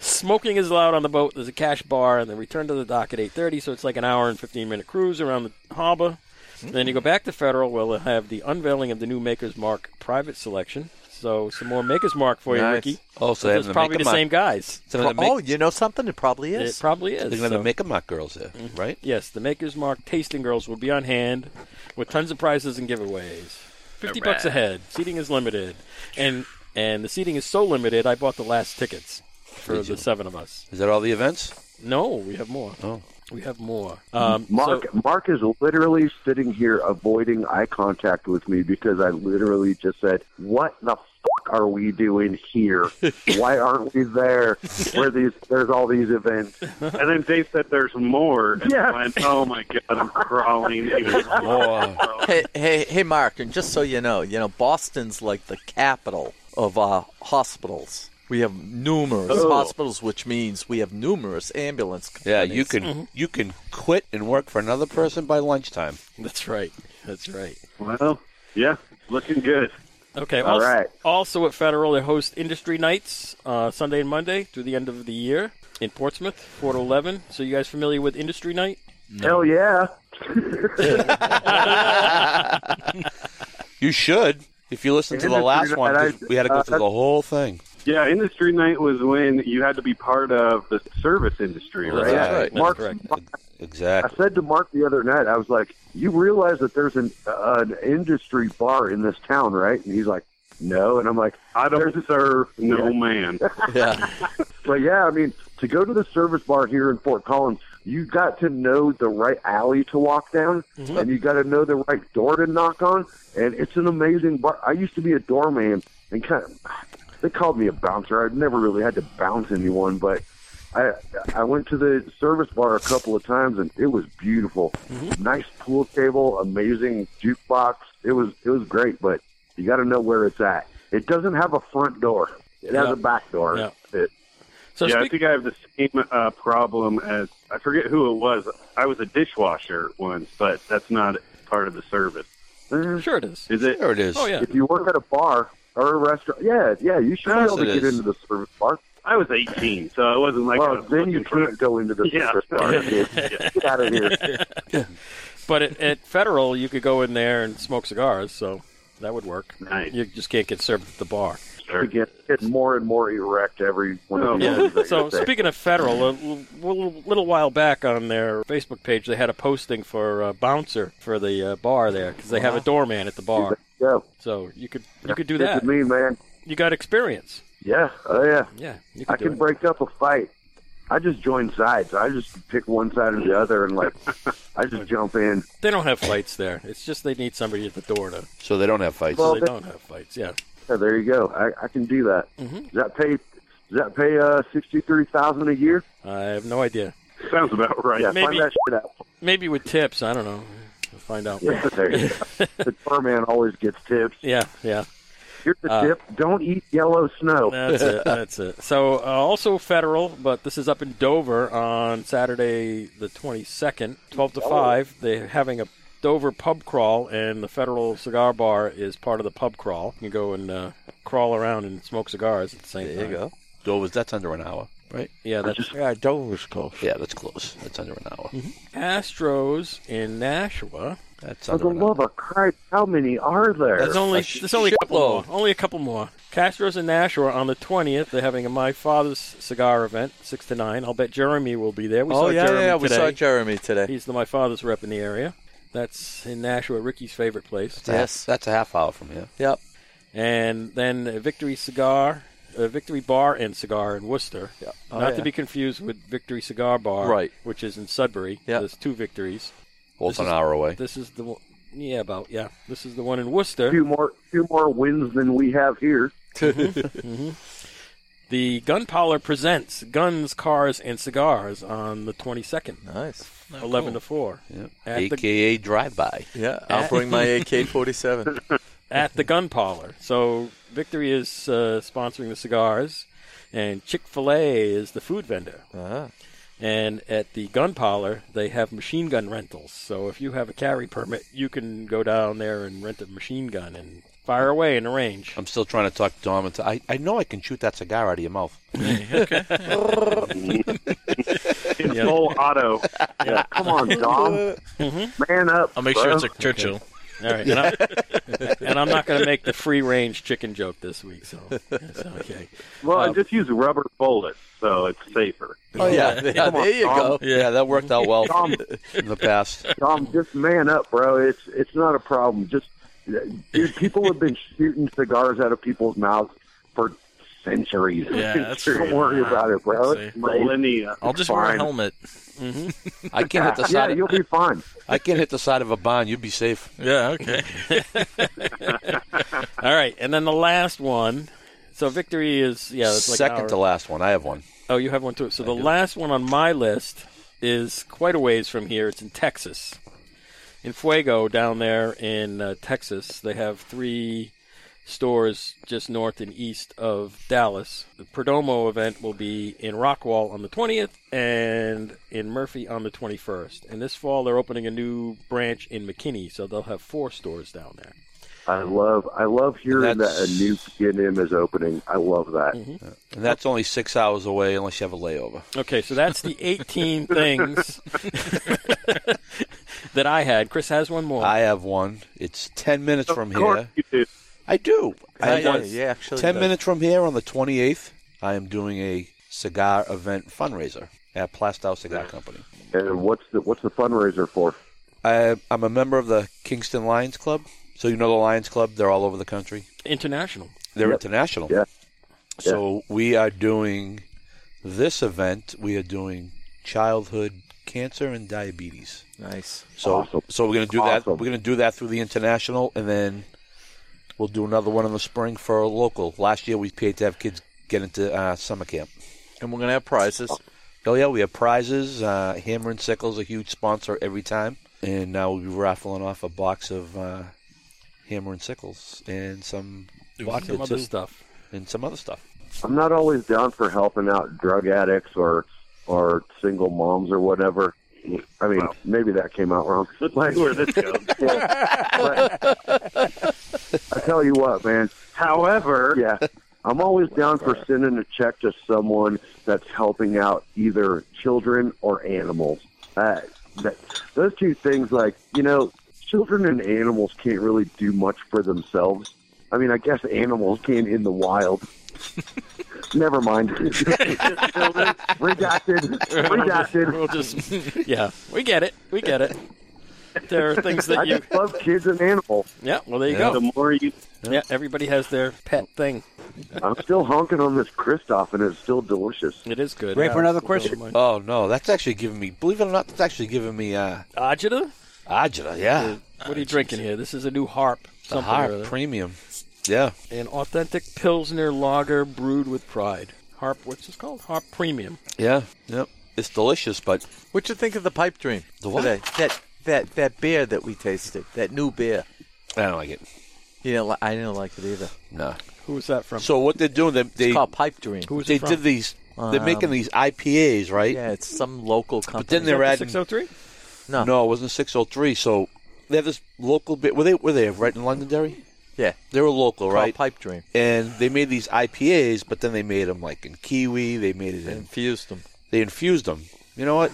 S1: Smoking is allowed on the boat. There's a cash bar, and then return to the dock at 8:30. So it's like an hour and 15 minute cruise around the harbor. Then you go back to Federal, where they'll have the unveiling of the new Maker's Mark private selection. So some more Maker's Mark for you,
S2: Nice.
S1: Ricky.
S5: Oh, so they're
S1: It's
S5: having to
S1: probably
S5: make
S1: the
S5: a mock-
S1: same guys.
S5: so they're gonna
S2: oh,
S5: make-
S2: you know something? It probably
S1: It
S2: is.
S1: probably is.
S5: They're going
S1: so-
S5: to
S1: Mm-hmm.
S5: make a mock girls there, right?
S1: Yes, the Maker's Mark Tasting Girls will be on hand with tons of prizes and giveaways. Fifty bucks a head. Seating is limited, and and the seating is so limited. I bought the last tickets for the seven of us.
S5: Is that all the events?
S1: No, we have more.
S5: Oh.
S1: We have more. Um,
S3: Mark
S1: so-
S3: Mark is literally sitting here avoiding eye contact with me because I literally just said, "What the fuck are we doing here? Why aren't we there? Where these there's all these events?
S7: And then Dave said there's more. And
S3: Yeah.
S7: I went, oh my God, I'm crawling. Even
S5: Oh,
S2: Hey, hey, hey, Mark, and just so you know, you know, Boston's like the capital of uh, hospitals. We have numerous
S7: Oh.
S2: hospitals, which means we have numerous ambulance.
S5: yeah,
S2: companies.
S5: you can
S1: Mm-hmm.
S5: you can quit and work for another person by lunchtime.
S1: that's right. That's right.
S7: Well, yeah, looking good.
S1: Okay.
S3: All
S1: also,
S3: right.
S1: also at Federal, they host industry nights uh, Sunday and Monday through the end of the year in Portsmouth, four to eleven. So you guys familiar with industry night?
S3: Hell yeah!
S5: You should. If you listen to the
S3: Industry
S5: last
S3: night,
S5: one, 'cause
S3: I-
S5: we had to go
S3: uh,
S5: through the whole thing.
S7: Yeah, industry night was when you had to be part of the service industry,
S5: Well,
S7: right?
S5: that's
S3: Yeah,
S5: right.
S3: Mark,
S1: That's correct.
S3: I
S5: Exactly.
S3: said to Mark the other night, I was like, "You realize that there's an an industry bar in this town, right?" And he's like, "No," and I'm like,
S7: I don't serve no man.
S2: Yeah.
S3: But yeah, I mean, to go to the service bar here in Fort Collins, you got to know the right alley to walk down,
S1: Mm-hmm.
S3: and you got to know the right door to knock on. And it's an amazing bar. I used to be a doorman, and kind of they called me a bouncer. I've never really had to bounce anyone, but I I went to the service bar a couple of times, and it was beautiful.
S1: Mm-hmm.
S3: Nice pool table, amazing jukebox. It was it was great, but you got to know where it's at. It doesn't have a front door. It has
S1: Yeah.
S3: a back door.
S1: Yeah.
S3: It,
S1: So
S7: yeah, I
S1: speak-
S7: think I have the same uh, problem as I forget who it was. I was a dishwasher once, but that's not part of the service,
S3: eh,
S1: sure it is.
S7: is it?
S5: There it is.
S1: Oh yeah.
S3: if you work at a bar or a restaurant, yeah, yeah, you should be
S5: Yes,
S3: able to
S5: it
S3: get
S5: is.
S3: into the service bar.
S7: I was 18, so it wasn't like I
S3: well,
S7: was
S3: then you
S7: looking for
S3: can't go into the
S7: Yeah.
S3: service bar. dude. Get out of here.
S1: But at, at Federal, you could go in there and smoke cigars, so that would work.
S7: Nice.
S1: You just can't get served at the bar.
S3: You get, get more and more erect every one
S7: Oh.
S3: of these
S1: Yeah.
S3: things that
S1: so
S3: you say.
S1: speaking of Federal, a l- little, little while back on their Facebook page, they had a posting for uh, bouncer for the uh, bar there because they have a doorman at the bar.
S3: yeah,
S1: So you could you could do
S3: Uh-huh. Good
S1: that.
S3: to me, man.
S1: You got experience.
S3: Yeah, oh yeah.
S1: Yeah, you could
S3: I
S1: do
S3: can
S1: it.
S3: break up a fight. I just join sides. I just pick one side or the other, and like, I just jump in.
S1: They don't have fights there. It's just they need somebody at the door to.
S5: So they don't have fights.
S1: so
S3: Well,
S1: they
S3: they-
S1: don't have fights. Yeah.
S3: Yeah, there you go. I, I can do that.
S1: Mm-hmm.
S3: Does that pay? Does that pay uh, sixty three thousand a year?
S1: I have no idea.
S7: Sounds about right.
S3: Yeah,
S1: Maybe-
S3: find that shit out.
S1: Maybe with tips. I don't know. We'll find out.
S3: Yeah, there you go. the bar man always gets tips.
S1: Yeah. Yeah.
S3: Here's the tip: don't eat yellow snow.
S1: That's it. That's it. So uh, also federal, but this is up in Dover on Saturday the 22nd, 12
S2: Oh.
S1: to 5. They're having a Dover pub crawl, and the Federal Cigar Bar is part of the pub crawl. You can go and uh, crawl around and smoke cigars at the same
S2: There you
S1: time.
S2: go.
S5: Dover's, that's under an hour. right?
S1: Yeah, that's
S2: Yeah, Dover's close.
S5: Yeah, that's close. That's under an hour.
S1: Mm-hmm. Astros in Nashua.
S5: That's
S3: For
S5: under
S3: the
S5: an hour.
S3: love of Christ, how many are there?
S1: There's only
S5: sh-
S1: there's only a couple more.
S5: shitload.
S1: Only a couple more. Castro's in Nashua on the twentieth. They're having a My Father's Cigar event, six to nine. I'll bet Jeremy will be there. We
S2: oh
S1: saw
S2: yeah, yeah,
S1: Jeremy
S2: yeah,
S1: today.
S2: we saw Jeremy today.
S1: He's the My Father's rep in the area. That's in Nashua, Ricky's favorite place.
S5: That's a half- that's a half hour from here.
S2: Yep.
S1: and then uh, Victory Cigar, uh, Victory Bar and Cigar in Worcester.
S2: Oh,
S1: Not
S2: yeah.
S1: to be confused with Victory Cigar Bar,
S5: Right.
S1: Which is in Sudbury.
S2: Yeah.
S1: There's two victories.
S5: Both
S1: This
S5: an
S1: is-
S5: hour away.
S1: This is the one, yeah about yeah. This is the one in
S3: A
S1: Worcester.
S3: few more, few more wins than we have here.
S1: The Gun Parlor presents Guns, Cars, and Cigars on the 22nd,
S2: Nice.
S1: eleven to four,
S2: Oh.
S5: Yep.
S1: At the-
S5: AKA drive by.
S2: Yeah, I'll bring my AK-47.
S1: at the Gun Parlor. So Victory is uh, sponsoring the cigars, and Chick Fil A is the food vendor.
S2: Ah.
S1: And at the gun parlor, they have machine gun rentals. So if you have a carry permit, you can go down there and rent a machine gun and fire away in the range.
S5: I'm still trying to talk Dom into. I, I know I can shoot that cigar out of your mouth.
S7: In full auto.
S3: Yeah, come on, Dom, man up.
S4: I'll make sure
S3: bro.
S4: it's a Churchill.
S1: All right. And, I, and I'm not going to make the free range chicken joke this week. So it's okay.
S7: Well, I just use rubber bullets, so it's safer.
S2: Oh yeah, yeah
S3: Come on,
S2: there you go.
S3: Tom.
S5: Yeah, that worked out well
S3: Dom.
S5: in the past.
S3: Dom, just man up, bro. It's it's not a problem. Just dude, people have been shooting cigars out of people's mouths for centuries.
S4: Yeah, that's
S3: don't
S4: true.
S3: worry about it, bro.
S4: That's
S3: It's
S4: safe.
S3: safe.
S7: Millennia.
S4: I'll just wear a
S3: Fine.
S4: helmet.
S5: I can't hit the
S3: Yeah,
S5: side.
S3: you'll
S5: Of,
S3: be fine.
S5: I can't hit the side of a barn. You'd be safe.
S4: Yeah, okay.
S1: All right. And then the last one. So victory is, yeah, it's like
S5: Second
S1: our-
S5: to last one. I have one.
S1: Oh, you have one too. So the last one on my list is quite a ways from here. It's in Texas, in Fuego, down there in uh, Texas. They have three stores just north and east of Dallas. The Perdomo event will be in Rockwall on the 20th and in Murphy on the 21st. And this fall, they're opening a new branch in McKinney, so they'll have four stores down there.
S3: I love I love hearing
S5: That's-
S3: that a new P&M is opening. I love that.
S5: And that's only six hours away unless you have a layover.
S1: Okay, so that's the 18 things that I had. Chris has one more.
S5: I have one. It's 10 minutes from
S7: Of course
S5: here.
S7: you do.
S5: I do. I
S2: Yeah,
S5: have
S2: yeah,
S5: one.
S2: yeah, actually,
S5: 10
S2: does.
S5: minutes from here on the 28th, I am doing a cigar event fundraiser at Plastow Cigar Company.
S3: And what's the what's the fundraiser for?
S5: I, I'm a member of the Kingston Lions Club. So you know the Lions Club, they're all over the country.
S1: International.
S5: They're international.
S3: Yeah.
S5: So we are doing this event. We are doing childhood cancer and diabetes.
S2: Nice.
S5: So
S3: Awesome.
S5: so we're gonna do that.
S3: Awesome.
S5: We're gonna do that through the international, and then we'll do another one in the spring for a local. Last year we paid to have kids get into uh, summer camp.
S2: And we're gonna have prizes.
S5: Oh yeah, we have prizes. Uh, Hammer and Sickle's a huge sponsor every time, and now we'll be raffling off a box of uh, Hammer and Sickles and some vodka
S1: Some other
S5: too,
S1: stuff.
S5: and some other stuff.
S3: I'm not always down for helping out drug addicts or or single moms or whatever. I mean, maybe that came out wrong.
S7: Let's see where this goes.
S3: I tell you what, man.
S7: However,
S3: Yeah. I'm always down for sending a check to someone that's helping out either children or animals. Uh, that, those two things, like, you know, children and animals can't really do much for themselves. I mean, I guess animals can in the wild. Never mind. redacted. Redacted.
S1: We'll just, yeah, we get it. We get it. There are things that
S3: I
S1: you,
S3: just love kids and animals.
S1: yeah. Well, there you
S7: the
S1: go.
S7: more you
S1: Yeah, everybody has their pet thing.
S3: I'm still honking on this Kristoff, and it's still delicious.
S1: It is good.
S6: Ready for another
S1: Don't mind.
S5: Oh no, that's actually giving me. Believe it or not, that's actually giving me uh,
S1: Ajita,
S5: agita. Yeah,
S1: what are you drinking here? This is a new harp,
S5: the
S1: something or
S5: higher
S1: other.
S5: premium. Yeah.
S1: an authentic pilsner lager brewed with pride. Harp, what's this called? Harp Premium.
S5: Yeah, yep. It's delicious, but
S2: What'd you think of the pipe dream
S5: The what?
S2: today? That that that beer that we tasted, that new beer.
S5: I don't like it.
S2: You didn't li- I didn't like it either.
S5: No.
S1: Who is that from?
S5: So what they're doing, they they,
S2: It's called Pipe Dream.
S1: Who is
S5: they
S1: it from?
S5: did these. They're making these IPAs, right?
S2: Yeah, it's some local company.
S5: But then they're adding.
S1: 603?
S2: no,
S5: oh No, it wasn't six oh three. So they have this local bit. Were they were they right in Londonderry?
S2: Yeah,
S5: They were local,
S2: called
S5: right?
S2: Pipe Dream.
S5: And they made these IPAs, but then they made them like in kiwi. They made it in.
S2: Infused them.
S5: They infused them. You know what?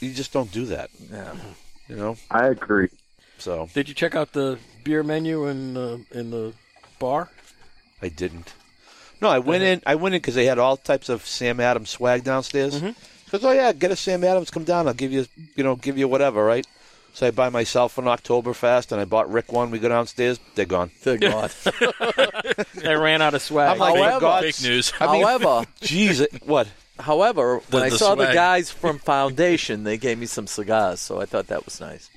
S5: You just don't do that.
S2: Yeah.
S5: You know.
S3: I agree.
S5: So
S1: Did you check out the beer menu in the in the bar?
S5: I didn't. No, I went in. I went in because they had all types of Sam Adams swag downstairs. Because oh yeah, get a Sam Adams. Come down. I'll give you you know give you whatever, right? So I buy myself an Oktoberfest, and I bought Rick one. We go downstairs. They're gone.
S2: Dear God.
S1: They ran out of swag.
S2: I'm like,
S4: Fake-
S2: However-
S4: fake news.
S2: however,
S5: Jeez, it- what?
S2: however, when I
S4: the
S2: saw the
S4: swag.
S2: guys from Foundation, they gave me some cigars, so I thought that was nice.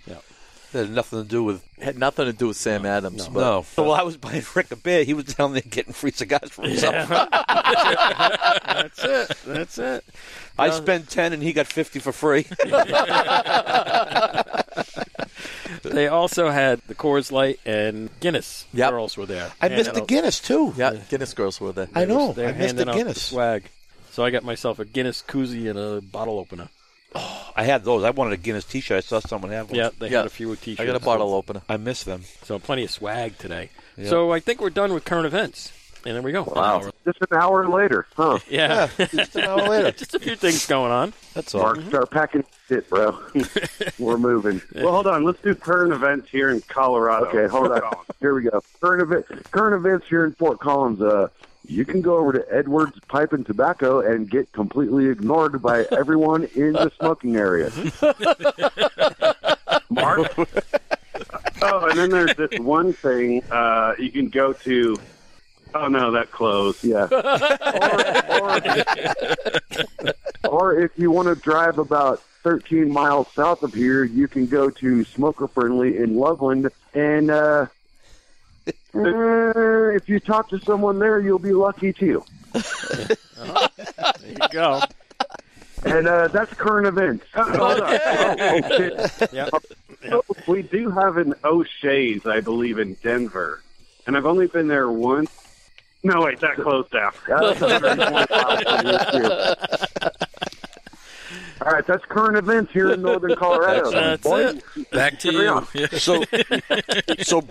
S5: That had nothing to do with
S2: had nothing to do with Sam Adams, but
S5: no. So while I was buying Rick a beer, he was down there getting free cigars for himself.
S1: that's it. That's it.
S5: I spent ten, and he got fifty for free.
S1: They also had the Coors Light and Guinness
S2: Yep.
S1: girls were there.
S5: I
S1: And
S5: missed the
S1: don't-
S5: Guinness too.
S2: yeah, Guinness girls were there.
S5: I know.
S1: They're
S5: I missed the
S1: handing out
S5: Guinness.
S1: swag. So I got myself a Guinness koozie and a bottle opener.
S5: I had those. I wanted a Guinness T-shirt. I saw someone have one.
S1: Yeah, they
S2: Yeah.
S1: had a few t-shirts.
S2: I got a bottle opener.
S5: I missed them.
S1: So plenty of swag today. So I think we're done with current events. And there we go.
S3: Wow. Just an hour later, huh?
S1: Yeah.
S5: Just an hour later.
S1: Just a few things going on.
S5: That's all.
S3: Mark, start packing shit, bro. We're moving.
S7: Well, hold on. Let's do current events here in Colorado.
S3: Okay, hold on.
S7: Collins.
S3: Here we go. Current event, current events here in Fort Collins. Uh, you can go over to Edwards Pipe and Tobacco and get completely ignored by everyone in the smoking area.
S7: Mark. oh, and then there's this one thing uh, you can go to. Oh no, that closed.
S3: Yeah. Or, or, or if you want to drive about 13 miles south of here, you can go to Smoker Friendly in Loveland. And uh, uh, if you talk to someone there, you'll be lucky too.
S1: There you go.
S3: And uh, that's current events.
S7: Hold on. Oh,
S1: Yeah.
S7: We do have an O'Shea's, I believe, in Denver, and I've only been there once. No, wait, that closed down.
S3: That's 125 from here, too. All right, that's current events here in northern Colorado.
S1: That's it.
S4: Back to
S3: Carry
S4: you.
S3: on.
S4: Yeah.
S5: So, so,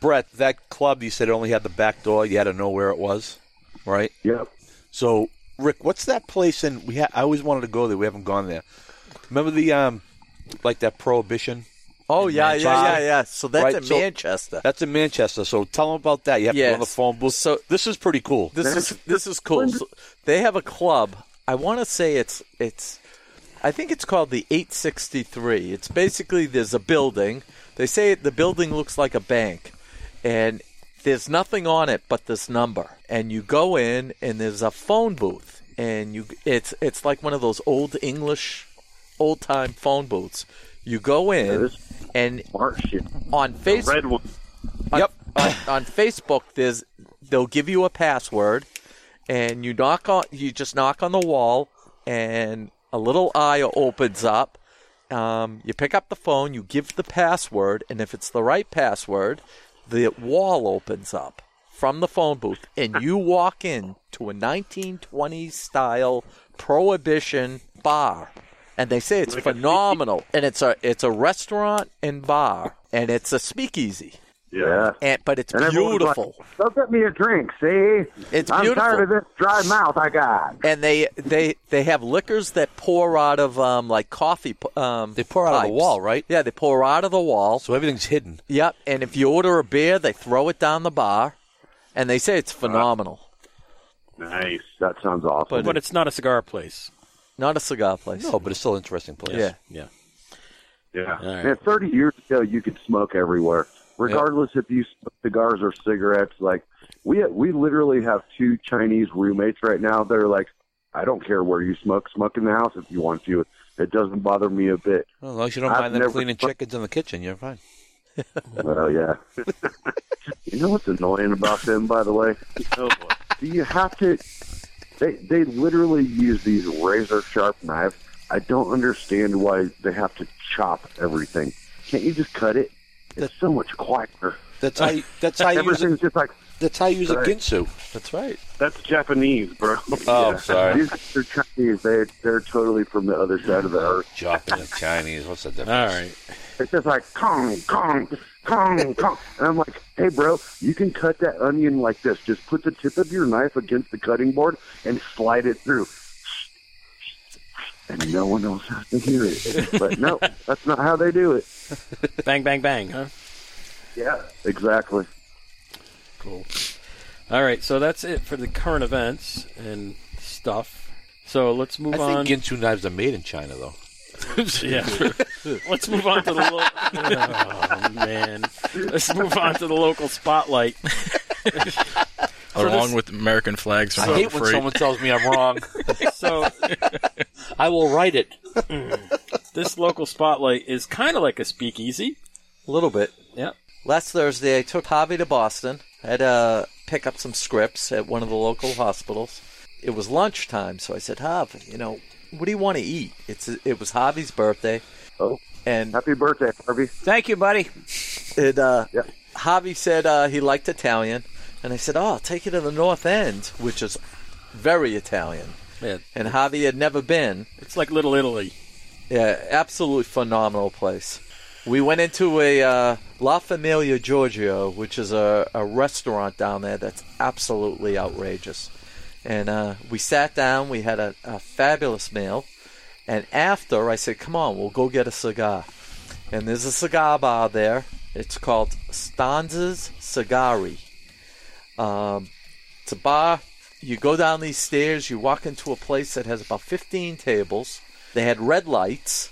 S5: Brett, that club you said only had the back door. You had to know where it was, right?
S3: Yep.
S5: So, Rick, what's that place in? We ha- I always wanted to go there. We haven't gone there. Remember the um, like that prohibition?
S2: Oh yeah, yeah, yeah,
S5: Manchester.
S2: yeah. So that's
S5: Right,
S2: in
S5: so-
S2: Manchester.
S5: That's in Manchester. So tell them about that. You have to go on the
S2: Yes.
S5: phone booth.
S2: So-
S5: this is pretty cool.
S2: This is this is cool. So they have a club. I want to say it's it's. I think it's called the 863. It's basically there's a building. They say the building looks like a bank, and there's nothing on it but this number. And you go in, and there's a phone booth, and you it's it's like one of those old English, old time phone booths. You go in,
S3: this-
S2: and
S3: Smart shit.
S2: on Facebook.
S7: Red one.
S5: Yep.
S2: on, on Facebook, there's they'll give you a password, and you knock on you just knock on the wall, and a little eye opens up. Um, you pick up the phone, you give the password, and if it's the right password, the wall opens up from the phone booth, and you walk in to a 1920s style prohibition bar and they say it's phenomenal. And it's a it's a restaurant and bar, and it's a speakeasy.
S3: Yeah.
S2: And but it's
S3: And everyone's
S2: beautiful.
S3: Like, Go get me a drink, see?
S2: It's
S3: I'm
S2: beautiful.
S3: tired of this dry mouth I got.
S2: and they they they have liquors that pour out of um like coffee. p- Um,
S5: They pour out of the
S2: pipes.
S5: wall, right?
S2: Yeah, they pour out of the wall.
S5: So everything's hidden.
S2: Yep. And if you order a beer, they throw it down the bar, and they say it's phenomenal.
S7: Nice.
S3: That sounds awesome.
S1: But it's not a cigar place.
S2: Not a cigar place.
S5: No, but it's still an interesting place.
S2: Yeah.
S1: Yeah.
S7: Yeah.
S1: All
S2: uh,
S1: right.
S3: Man, 30 years ago, you could smoke everywhere, regardless if you smoke cigars or cigarettes. Like we we literally have two Chinese roommates right now. They're like, I don't care where you smoke, smoke in the house if you want to. It doesn't bother me a bit.
S5: Well, as long as you don't
S3: I've
S5: mind them
S3: never-
S5: cleaning chickens in the kitchen, you're fine.
S3: Well, yeah. you know what's annoying about them, by the way?
S7: Oh, boy.
S3: Do you have to? They they literally use these razor sharp knives. I don't understand why they have to chop everything. Can't you just cut it? It's so much quieter.
S5: That's how. You, that's how you use. A,
S3: Everything's just like
S5: that's how you use a
S3: Right.
S5: ginsu.
S2: That's right.
S7: That's Japanese, bro.
S5: Oh, I'm sorry.
S3: These guys are Chinese. They they're totally from the other side of the earth.
S5: Japanese, Chinese. What's the difference?
S1: All right.
S3: It's just like Kong Kong Kong, Kong. And I'm like, hey, bro, you can cut that onion like this. Just put the tip of your knife against the cutting board and slide it through. And no one else has to hear it. But no, that's not how they do it.
S1: bang, bang, bang, huh?
S3: Yeah, exactly.
S1: Cool. All right, so that's it for the current events and stuff. So let's move
S5: I
S1: on.
S5: think Ginsu knives are made in China, though.
S1: yeah. let's move on to the lo- oh, man. Let's move on to the local spotlight.
S4: Along
S1: this-
S4: with American flags for
S5: I hate when
S4: free.
S5: someone tells me I'm wrong.
S1: So
S5: I will write it.
S1: this local spotlight is kind of like a speakeasy.
S2: A little bit.
S1: Yep.
S2: Last Thursday, I took Javi to Boston. I had to pick up some scripts at one of the local hospitals. It was lunchtime, so I said, Javi, you know, what do you want to eat? It's It was Javi's birthday.
S3: Oh.
S2: And
S3: Happy birthday, Harvey.
S6: Thank you, buddy.
S2: it, uh,
S3: Yeah.
S2: Javi said uh, he liked Italian. And I said, oh, I'll take you to the North End, which is very Italian.
S1: Yeah.
S2: And Javi had never been.
S1: It's like Little Italy.
S2: Yeah, absolutely phenomenal place. We went into a uh, La Familia Giorgio, which is a, a restaurant down there that's absolutely outrageous. And uh, we sat down, we had a, a fabulous meal. And after, I said, come on, we'll go get a cigar. And there's a cigar bar there. It's called Stanza's Cigari. Um, it's a bar. You go down these stairs, you walk into a place that has about 15 tables. They had red lights.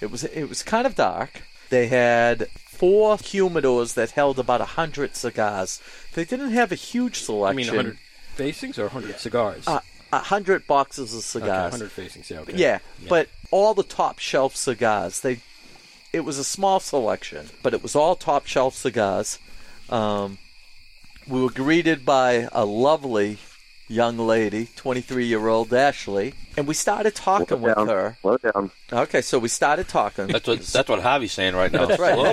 S2: It was it was kind of dark. They had four humidors that held about 100 cigars. They didn't have a huge
S1: I
S2: selection.
S1: mean, 100 facings or 100 cigars?
S2: Uh, 100 boxes of
S1: okay,
S2: cigars.
S1: 100 facings, yeah. Okay.
S2: Yeah, but all the top shelf cigars. They, it was a small selection, but it was all top shelf cigars. Um, we were greeted by a lovely young lady, 23 year old Ashley, and we started
S3: Slow
S2: talking with
S3: down.
S2: her.
S3: Slow down.
S2: Okay, so we started talking.
S5: That's what that's what Javi's saying right now.
S2: right.
S5: Slow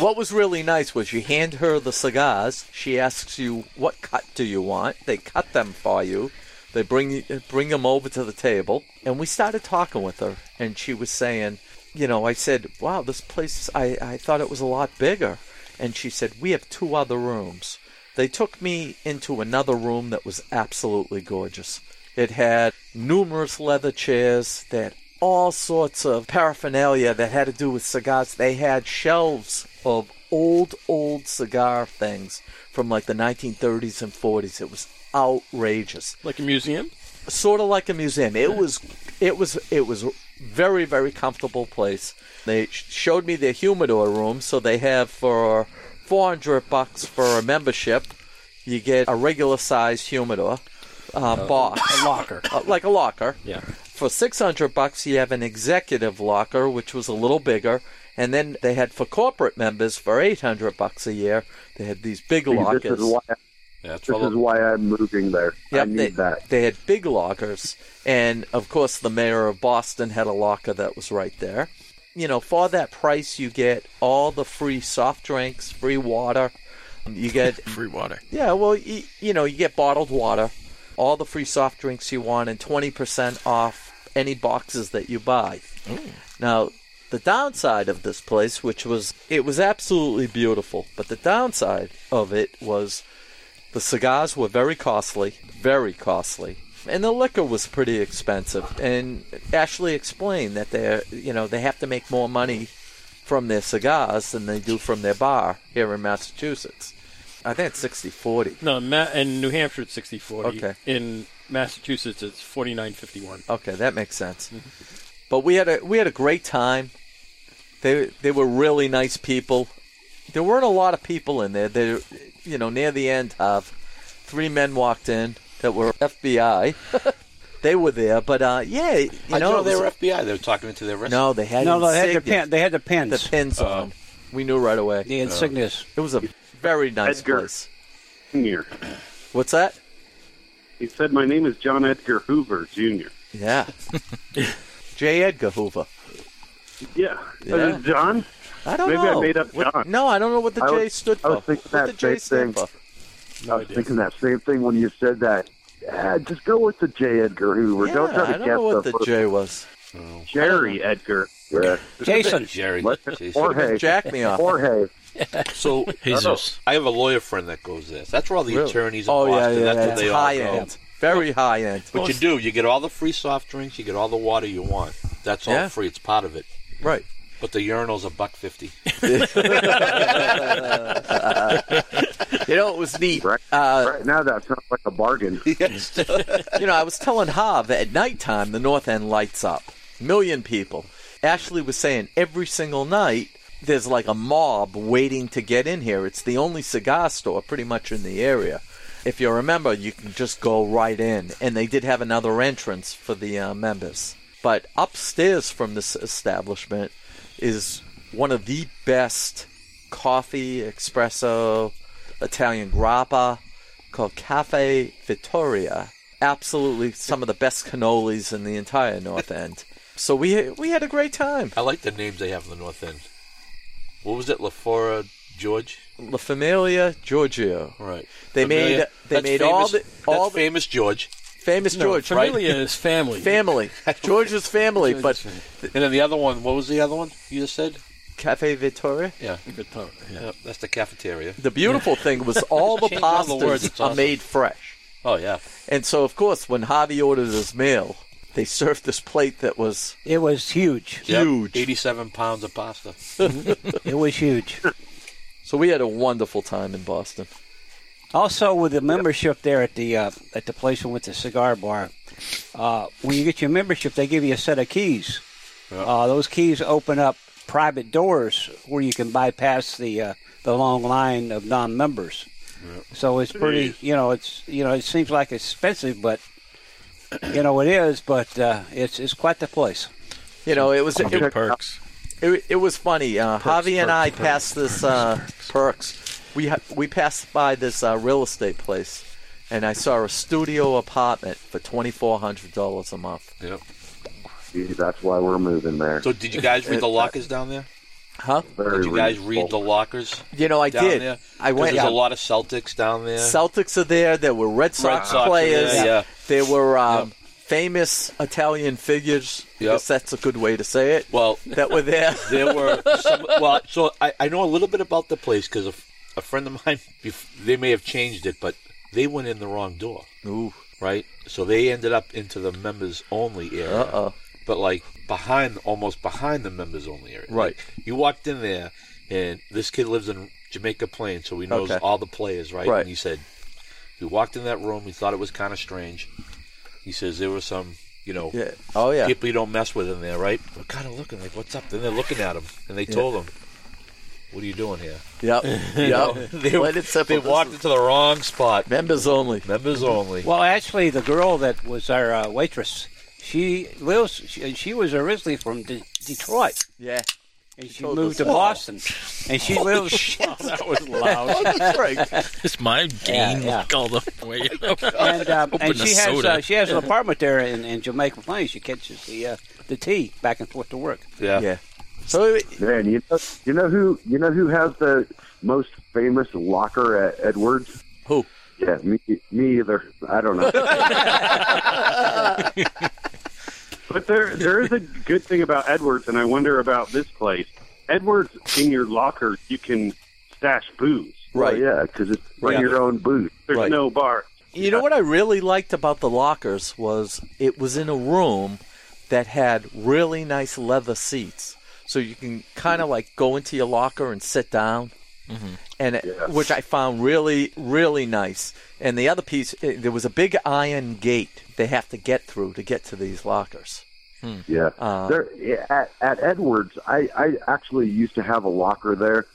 S2: what was really nice was you hand her the cigars. She asks you, "What cut do you want?" They cut them for you. They bring bring them over to the table, and we started talking with her. And she was saying, "You know," I said, "Wow, this place. I I thought it was a lot bigger." And she said, "We have two other rooms." They took me into another room that was absolutely gorgeous. It had numerous leather chairs that all sorts of paraphernalia that had to do with cigars. They had shelves of old, old cigar things from like the 1930s and 40s. It was outrageous,
S1: Like a museum?
S2: sort of like a museum. It was, it was, it was very, very comfortable place. They sh- showed me their humidor room, so they have for 400 bucks for a membership, you get a regular sized humidor uh, box,
S1: A locker.
S2: uh, like a locker
S1: Yeah.
S2: for 600 bucks you have an executive locker which was a little bigger and then they had for corporate members for 800 bucks a year they had these big
S3: See,
S2: lockers
S3: this is why. I-
S5: That's
S3: This
S5: what
S3: is why I'm moving there. I
S2: Yep,
S3: need
S2: they,
S3: that.
S2: they had big lockers and of course the mayor of boston had a locker that was right there you know for that price you get all the free soft drinks free water you get
S4: Free water.
S2: Yeah, well, you, you know, you get bottled water, all the free soft drinks you want, and 20% off any boxes that you buy. Now, the downside of this place, which was, it was absolutely beautiful, but the downside of it was the cigars were very costly, very costly. And the liquor was pretty expensive. And Ashley explained that they're, you know, they have to make more money from their cigars than they do from their bar here in Massachusetts. I think it's 60 40.
S1: No, Ma- in New Hampshire it's 60 40.
S2: Okay.
S1: In Massachusetts it's 49 51.
S2: Okay, that makes sense. But we had a we had a great time. They they were really nice people. There weren't a lot of people in there. They you know, near the end of three men walked in that were FBI. they were there, but uh yeah, you
S5: I
S2: know,
S5: know
S2: it
S5: they
S2: was-
S5: were FBI. They were talking into their wrist. Oh.
S2: No, they had
S6: No, they had the
S2: insignia-
S6: pin. They had the
S2: the
S6: pins.
S2: pins on 'em. on them. We knew right away. Uh,
S6: the insignias.
S2: It was a very nice
S7: Edgar.
S2: place.
S7: Jr.
S2: What's that?
S7: He said, "My name is John Edgar Hoover Jr."
S2: Yeah. J. Edgar Hoover.
S7: Yeah,
S2: Yeah.
S7: Uh, John.
S2: I don't
S7: Maybe I
S2: know.
S7: made up
S2: What-
S7: John.
S2: No, I don't know what the
S3: I
S2: J
S3: was-
S2: stood for.
S3: I was thinking
S2: what
S3: that
S2: the J
S3: same
S2: stood
S3: thing.
S2: for.
S1: No
S3: I was
S1: idea.
S3: thinking that same thing when you said that. Yeah, just go with the J. Edgar Hoover.
S2: Yeah,
S3: don't try
S2: I
S3: to
S2: don't
S3: guess
S2: know what
S3: the,
S2: the
S3: first-
S2: J was.
S7: Jerry Edgar.
S3: Yeah.
S6: Jason.
S5: Jerry.
S3: Let-
S5: Jeez.
S3: Jorge.
S2: Jack me off.
S3: Jorge.
S5: So
S4: Jesus.
S5: I have a lawyer friend that goes there. That's where all the
S2: Really?
S5: attorneys in
S2: Oh yeah,
S5: Boston.
S2: yeah,
S5: that's
S2: yeah.
S5: where
S2: It's
S5: they
S2: high
S5: all go.
S2: end, very high end.
S5: What you do, you get all the free soft drinks, you get all the water you want. That's all
S2: Yeah.
S5: free. It's part of it.
S2: Right.
S5: But the urinals a buck fifty.
S2: You know, it was neat.
S3: Right.
S2: Uh,
S3: Right now, that sounds like a bargain.
S5: Yes.
S2: you know, I was telling Hav that at nighttime the North End lights up. Million people. Ashley was saying every single night there's like a mob waiting to get in here. It's the only cigar store pretty much in the area. If you remember, you can just go right in. And they did have another entrance for the uh, members. But upstairs from this establishment is one of the best coffee, espresso, Italian grappa called Cafe Vittoria. Absolutely some of the best cannolis in the entire North End. So we we had a great time.
S5: I like the names they have in the North End. What was it, LaFora George?
S2: La Familia Giorgio.
S5: Right.
S2: They
S5: Familia-
S2: made- they
S5: that's
S2: made
S5: famous,
S2: all the- all
S5: that's
S2: the-
S5: famous George.
S2: Famous George, right?
S1: Familia is family.
S2: Family. George's family, but
S5: and then the other one, what was the other one you just said?
S2: Cafe Vittoria.
S5: Yeah,
S1: Good thought, yeah.
S5: yeah that's the cafeteria.
S2: The beautiful thing was all the
S5: Change all the
S2: pastas
S5: words, it's
S2: are
S5: awesome.
S2: made fresh.
S5: Oh yeah,
S2: And so of course when Javi ordered his meal, they served this plate that was
S6: It was huge.
S2: Huge.
S5: eighty-seven pounds of pasta.
S6: It was huge.
S2: so we had a wonderful time in Boston.
S6: Also, with the membership there at the uh, at the place with the cigar bar, uh, when you get your membership, they give you a set of keys. Uh, those keys open up private doors where you can bypass the uh, the long line of non-members. So it's pretty, you know, it's you know, it seems like expensive, but you know it is, but uh, it's it's quite the place.
S2: You know, it was it,
S4: Good perks.
S2: It, it was funny. Uh, Javi and I passed this uh, perks. We ha- we passed by this uh, real estate place, and I saw a studio apartment for twenty four hundred dollars a month.
S5: Yep.
S3: Gee, That's why we're moving there.
S5: So did you guys read the lockers down there?
S2: Huh?
S3: Very
S5: Did you guys read the
S3: reasonable.
S5: lockers?
S2: You know, I
S5: down
S2: did.
S5: There?
S2: I
S5: 'Cause
S2: went.
S5: There's
S2: yeah.
S5: a lot of Celtics down there.
S2: Celtics are there. There were Red Sox,
S5: Sox are
S2: players.
S5: there, yeah.
S2: There were um, famous Italian figures. I
S5: Yep.
S2: guess that's a good way to say it.
S5: well,
S2: that were there.
S5: there were some, well so I, I know a little bit about the place because a, f- a friend of mine bef- they may have changed it but they went in the wrong door
S2: Ooh.
S5: right so they ended up into the members only area
S2: Uh-oh.
S5: but like behind almost behind the members only area
S2: Right.
S5: Like, you walked in there and this kid lives in jamaica plain so he knows
S2: Okay.
S5: all the players right?
S2: Right.
S5: and he said we walked in that room we thought it was kind of strange he says there were some you know
S2: Yeah. Oh yeah.
S5: people you don't mess with in there, right? We're kind of looking like, what's up? Then they're looking at him, and they told him, "What are you doing here?"
S2: Yep. Yep.
S5: They,
S2: Let it simple.
S5: they
S2: This
S5: walked
S2: is
S5: into the wrong spot.
S2: Members only.
S5: Members only.
S6: Well, actually, the girl that was our uh, waitress, she lives, she, she was originally from De- Detroit.
S2: Yeah.
S6: And she
S2: told us
S6: moved to
S2: that.
S6: Boston, and she lives.
S1: That was loud.
S4: It's my game.
S6: yeah.
S4: All the way.
S6: And, um, and
S4: Open a
S6: she has
S4: soda.
S6: uh, she has an apartment there in, in Jamaica Plains. She catches the uh, the tea back and forth to work.
S5: yeah.
S2: Yeah. So
S3: Man, you know, you know who you know who has the most famous locker at Edwards?
S2: Who?
S3: Yeah, me, me either. I don't know.
S7: But there, there is a good thing about Edwards, and I wonder about this place. Edwards, in your locker, you can stash booze.
S2: Right.
S3: yeah, because it's bring
S2: Right.
S3: your own booth.
S7: There's
S2: Right.
S7: no bar.
S2: You know what I really liked about the lockers was it was in a room that had really nice leather seats, so you can kind of like go into your locker and sit down, and it, which I found really really nice. And the other piece, eh, there was a big iron gate they have to get through to get to these lockers.
S3: Yeah.
S2: Uh,
S3: there at, at Edwards, I, I actually used to have a locker there,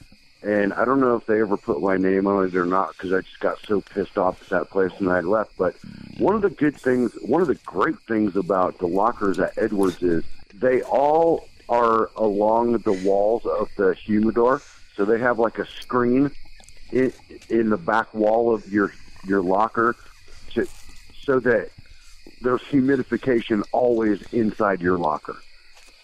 S3: and I don't know if they ever put my name on it or not because I just got so pissed off at that place and I left. But one of the good things, one of the great things about the lockers at Edwards is they all are along the walls of the humidor, so they have like a screen in, in the back wall of your your locker, to, so that there's humidification always inside your locker.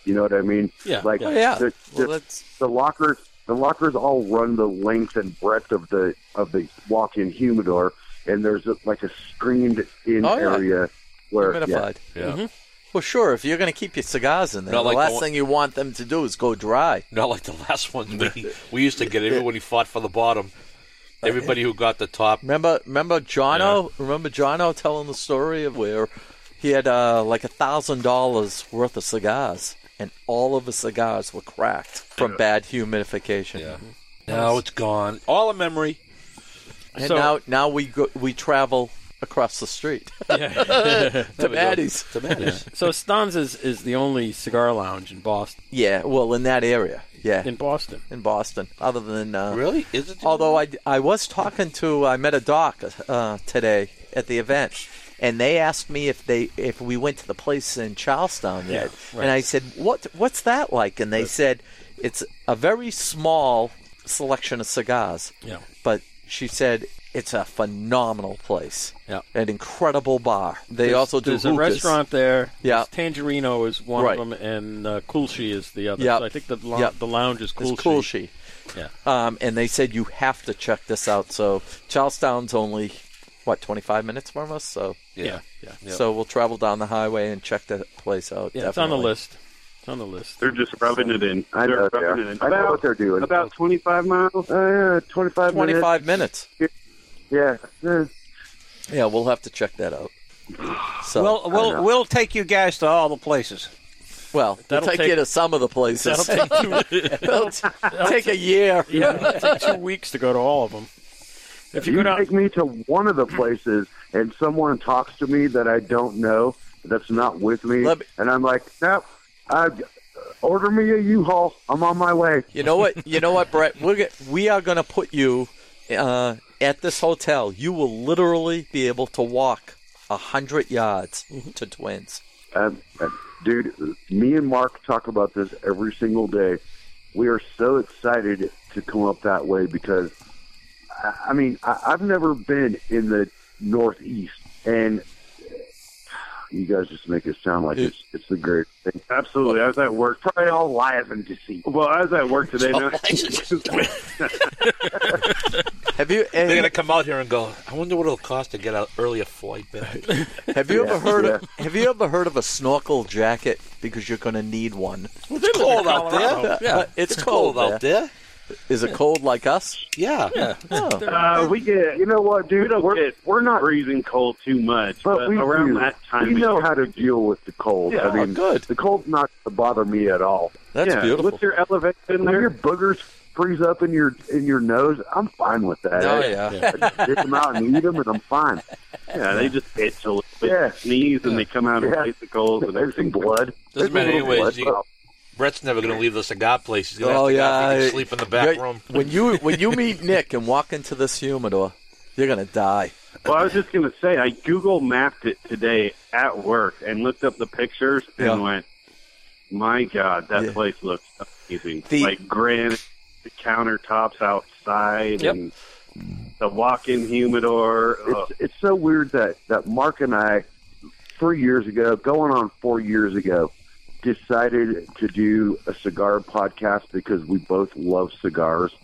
S3: You know what I mean?
S1: Yeah,
S3: Like
S1: yeah.
S2: Oh, yeah.
S3: The,
S2: Well,
S3: the-
S2: that's
S3: the lockers, the lockers all run the length and breadth of the of the walk-in humidor, and there's a, like a screened-in
S2: Oh, yeah.
S3: area where yeah,
S2: humidified.
S5: Yeah.
S2: Well, sure. If you're going to keep your cigars in there,
S5: Not
S2: the
S5: like the
S2: last
S5: one-
S2: thing you want them to do is go dry.
S5: Not like the last one we, we used to get. Everybody fought for the bottom. Everybody who got the top.
S2: Remember, remember Jono? Remember Jono telling the story of where he had uh, like a thousand dollars worth of cigars, and all of his cigars were cracked from bad humidification.
S5: Yeah. Now it's gone. All a memory.
S2: And
S1: So-
S2: now, now we go, we travel across the street to Maddie's.
S5: It's a madness.
S1: So Stom's is, is the only cigar lounge in Boston.
S2: Yeah, well, in that area. Yeah,
S1: In
S2: in,
S1: Boston.
S2: Boston. Other than uh,
S5: Really? Is it?
S2: Although I, I was talking to I met a doc uh, today at the event, and they asked me if they if we went to the place in Charlestown yet, and I said what what's that like, and they said it's a very small selection of cigars.
S1: Yeah.
S2: But she said it's a phenomenal place.
S1: Yeah.
S2: An incredible bar. They also do
S1: There's a
S2: hookahs.
S1: restaurant there.
S2: Yeah.
S1: There's Tangerino is one
S2: Right.
S1: of them, and uh, Coolshi is the other.
S2: Yeah.
S1: So I think the lou-
S2: Yeah.
S1: the lounge is Coolshi.
S2: It's cool she.
S1: Yeah.
S2: Um, and they said you have to check this out. So Charlestown's only what twenty five minutes from us, so.
S1: Yeah. Yeah.
S2: So we'll travel down the highway and check that place out.
S1: Yeah, it's on the
S2: definitely.
S1: list. It's on the list.
S7: They're just rubbing it in.
S3: I
S7: they're
S3: know they
S7: rubbing
S3: are.
S7: it in.
S3: I know what
S7: About,
S3: they're doing.
S7: about 25 miles.
S3: uh, yeah, 25 minutes.
S2: 25 minutes.
S3: Yeah. yeah.
S2: Yeah, we'll have to check that out. So, well,
S6: We'll, we'll, we'll take you guys to all the places.
S2: well we'll
S1: that'll
S2: take,
S1: take-
S2: you to some of the places.
S1: That'll take two,
S2: It'll t- take a year.
S1: yeah, that'll take two weeks to go to all of them. If you
S3: you
S1: go down,
S3: take me to one of the places and someone talks to me that I don't know, that's not with me,
S2: Let me-
S3: and I'm like, nope, I, order me a U-Haul. I'm on my way.
S2: You know what? You know what, Brett? We're get, we are going to put you uh, at this hotel. You will literally be able to walk a hundred yards
S1: Mm-hmm.
S2: to Twins.
S3: Um, uh, dude, me and Mark talk about this every single day. We are so excited to come up that way because, I, I mean, I, I've never been in the Northeast, and you guys just make it sound like it's, it's the great thing.
S7: Absolutely. I was at work.
S3: Probably all lies and deceit.
S7: Well, I was at work today. and I-
S2: Have you
S5: They're gonna come out here and go. I wonder what it'll cost to get an earlier flight back.
S2: have you ever
S3: Yeah,
S2: heard of, have you ever heard of a snorkel jacket? Because you're going to need one.
S5: it's cold out there.
S2: Yeah, it's, cold,
S5: out there.
S2: Is it cold like us?
S5: Yeah. yeah.
S2: Oh.
S7: Uh, we get,
S3: You know what,
S7: we
S3: dude?
S7: don't
S3: We're,
S7: get we're not freezing cold too much,
S3: but
S7: but,
S3: we
S7: around
S3: do.
S7: that time,
S3: we
S7: of
S3: know
S7: year-
S3: how to deal with the cold.
S7: Yeah,
S3: I mean,
S2: good.
S3: The cold's not going to bother me at all.
S2: That's
S7: yeah,
S2: beautiful.
S7: With your elevation
S3: When
S7: there,
S3: your boogers freeze up in your in your nose, I'm fine with that.
S2: Oh, yeah.
S3: I just dig them out and eat them, and I'm fine.
S7: yeah, they just itch a little bit,
S3: Yeah.
S7: sneeze, and they come out
S3: Yeah.
S7: of bicycles and
S3: There's some
S7: everything.
S3: blood.
S5: Doesn't matter
S3: There's a little
S5: anyways,
S3: blood.
S5: you-
S3: Well,
S5: Brett's never gonna leave the cigar place. He's gonna
S2: Oh
S5: have to go out
S2: yeah,
S5: there and sleep in the back
S2: You're-
S5: room.
S2: When you when you meet Nick and walk into this humidor, you're gonna die.
S7: Well, I was just gonna say, I Google mapped it today at work and looked up the pictures and
S2: Yeah.
S7: went, "My God, that
S2: Yeah.
S7: place looks amazing!
S2: The-
S7: like granite the countertops outside
S1: Yep.
S7: and the walk-in humidor. Oh, Ugh.
S3: It's, it's so weird that that Mark and I, three years ago, going on four years ago, decided to do a cigar podcast because we both love cigars,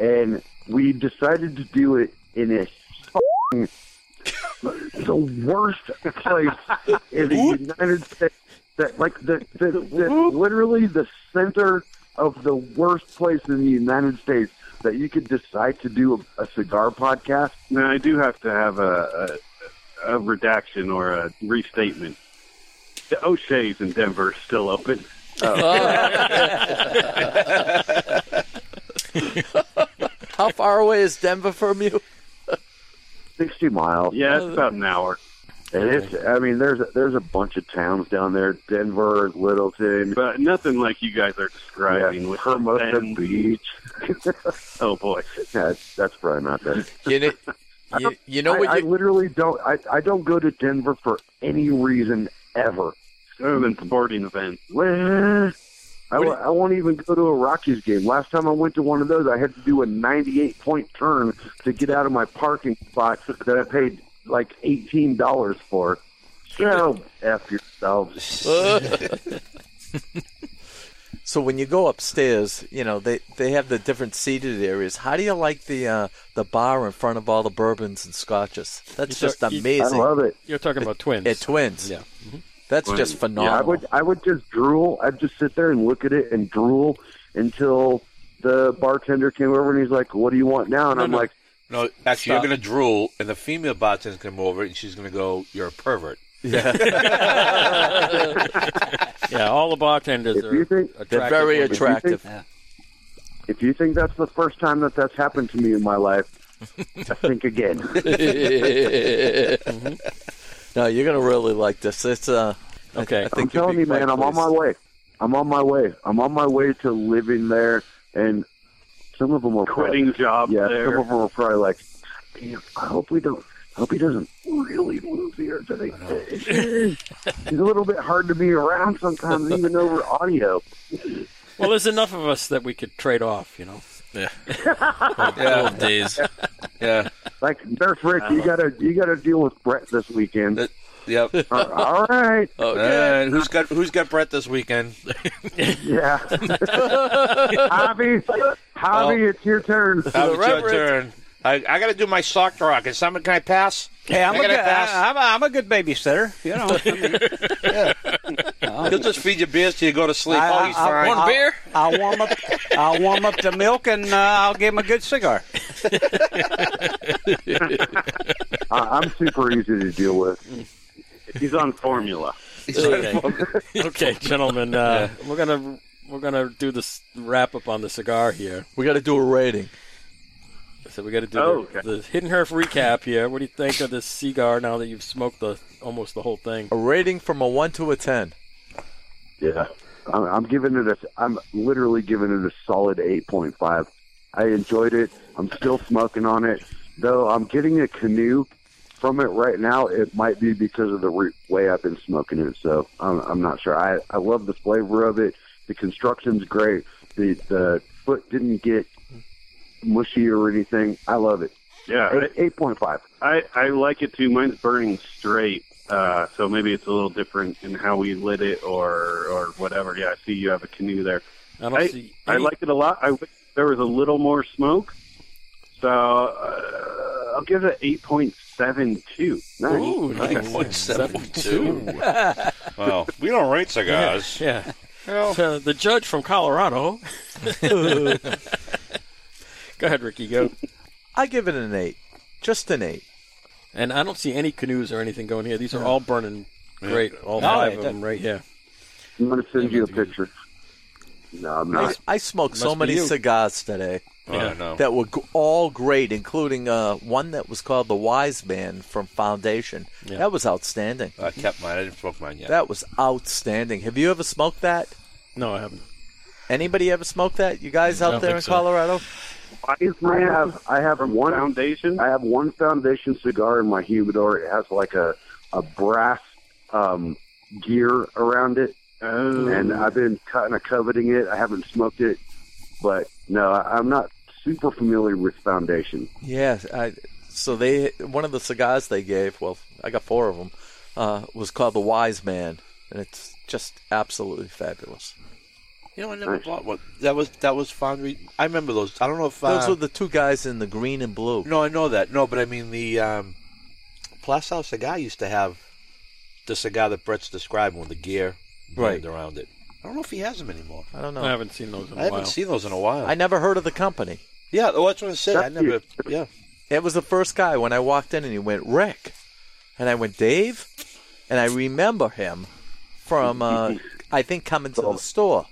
S3: and we decided to do it in a f***ing- the worst place in the United States. That like the, the, the literally the center of the worst place in the United States that you could decide to do a, a cigar podcast.
S7: Now, I do have to have a, a, a redaction or a restatement. The O'Shea's in Denver is still open.
S2: How far away is Denver from you?
S3: 60 miles.
S7: Yeah, it's about an hour.
S3: And it's, I mean, there's a, there's a bunch of towns down there Denver, Littleton,
S7: But nothing like you guys are describing
S3: yeah,
S7: with
S3: Hermosa
S7: and-
S3: Beach.
S7: Oh boy.
S3: Yeah, that's probably not that.
S2: You know, you, you know
S3: I,
S2: what?
S3: I
S2: You,
S3: literally don't, I, I don't go to Denver for any reason ever.
S7: Other than sporting events.
S3: Well, I, wo- I won't even go to a Rockies game. Last time I went to one of those, I had to do a 98 point turn to get out of my parking spot that I paid like $18 for. So, F yourselves.
S2: so when you go upstairs, you know they, they have the different seated areas. How do you like the uh, the bar in front of all the bourbons and scotches? That's
S1: You
S2: just
S1: start- you-
S3: I
S2: amazing.
S3: love it.
S1: you're talking about twins.
S2: At Twins,
S1: Yeah.
S2: That's just phenomenal.
S3: Yeah, I would I would just drool. I'd just sit there and look at it and drool until the bartender came over and he's like, "What do you want now?" And I'm like,
S5: No, actually, you're going to drool, and the female bartender's going to come over, and she's going to go, "You're a pervert."
S1: Yeah, all the bartenders
S3: If you
S1: are
S3: think-
S1: attractive.
S2: They're very
S1: women.
S2: attractive.
S3: "If you think that's the first time that that's happened to me in my life, think again."
S1: Mm-hmm.
S2: No, you're going to really like this. It's uh, I-
S1: Okay.
S2: I, think
S3: I'm
S2: you'll
S3: telling
S2: be
S3: you, man,
S2: quite
S3: I'm on
S2: pleased.
S3: my way. I'm on my way. I'm on my way to living there, and some of them are probably-
S7: Quitting job
S3: yeah, some
S7: there.
S3: of them are probably like, "Damn, I hope we don't. I hope he doesn't really lose here today." He's a little bit hard to be around sometimes, even over audio.
S1: Well, there's enough of us that we could trade off, you know.
S4: Yeah. yeah. Days.
S5: Yeah,
S3: Like, there's Rick. You gotta, you gotta deal with Brett this weekend.
S5: That- yep.
S3: Uh, all right.
S5: Oh, Okay. who's got Who's got Brett this weekend?
S3: Yeah. Javi, Javi, it's your turn.
S5: Have it's your
S2: Reverend.
S5: turn. I, I got to do my sock rock. Can someone can I pass?
S6: Hey, I'm
S5: I
S6: a
S5: gotta
S6: good,
S5: pass.
S6: I, am a, I'm a good babysitter. You know, I mean,
S5: He'll just feed you beers till you go to sleep.
S6: I-
S5: oh, he's
S6: I- I-
S5: fine.
S6: I'll-
S4: beer?
S6: I'll warm up. I'll warm up the milk and uh, I'll give him a good cigar.
S3: I, I'm super easy to deal with.
S7: He's on formula.
S1: Okay, gentlemen, uh, we're gonna we're gonna do this wrap up on the cigar here.
S2: We got to do a rating.
S1: So we got to do
S7: Oh,
S1: the,
S7: okay.
S1: the hidden herf recap here. What do you think of this cigar now that you've smoked the almost the whole thing?
S2: A rating from a one to a ten.
S3: Yeah. I'm, I'm giving it a. I'm literally giving it a solid 8.5. I enjoyed it. I'm still smoking on it, though. I'm getting a canoe from it right now. It might be because of the re- way I've been smoking it, so I'm, I'm not sure. I I love the flavor of it. The construction's great. The the foot didn't get mushy or anything. I love it.
S7: Yeah,
S3: Eight- 8.5.
S7: I, I like it too. Mine's burning straight, uh, so maybe it's a little different in how we lit it or or whatever. Yeah, I see you have a canoe there.
S1: I don't
S7: I,
S1: see.
S7: I
S1: any-
S7: liked it a lot. I wish there was a little more smoke, so uh, I'll give it eight point seven two.
S3: Nice.
S1: Ooh, nice.
S5: One seventy-two. wow, we don't rate cigars.
S1: Yeah. So the judge from Colorado. go ahead, Ricky. Go.
S2: I give it an eight, just an eight.
S1: And I don't see any canoes or anything going here. These are all burning great. All five of them right here.
S3: I'm gonna send you a picture. No, I'm
S2: I,
S3: not.
S2: I smoked so
S1: Must be
S2: many
S1: you.
S2: cigars today
S5: Oh, no.
S2: that were g- all great, including uh, one that was called the Wise Man from Foundation. That was outstanding.
S5: I kept mine. I didn't smoke mine yet.
S2: That was outstanding. Have you ever smoked that?
S1: No, I haven't.
S2: Anybody ever smoked that? You guys out there in Colorado?
S3: I have I have one
S7: Foundation.
S3: I have one foundation cigar in my humidor. It has like a a brass um, gear around it,
S7: Oh,
S3: and I've been kind of coveting it. I haven't smoked it, but no, I- I'm not super familiar with foundation.
S2: Yeah. I, so they one of the cigars they gave. Well, I got four of them. Uh, was called the Wise Man, and it's just absolutely fabulous.
S5: You know, I never bought one. That was that was Foundry. I remember those. I don't know if uh,
S2: Those were the two guys in the green and blue.
S5: No, I know that. No, but I mean the um, Plastow cigar used to have the cigar that Brett's describing with the gear
S2: Right.
S5: right around it. I don't know if he has them anymore.
S2: I don't know.
S1: I haven't seen those in a
S5: I haven't
S1: while.
S5: seen those in a while.
S2: I never heard of the company.
S5: yeah, well, that's what I said. I
S3: That's
S5: never. Yeah,
S2: It was the first guy when I walked in, and he went Rick, and I went Dave, and I remember him from uh, I think coming to the store.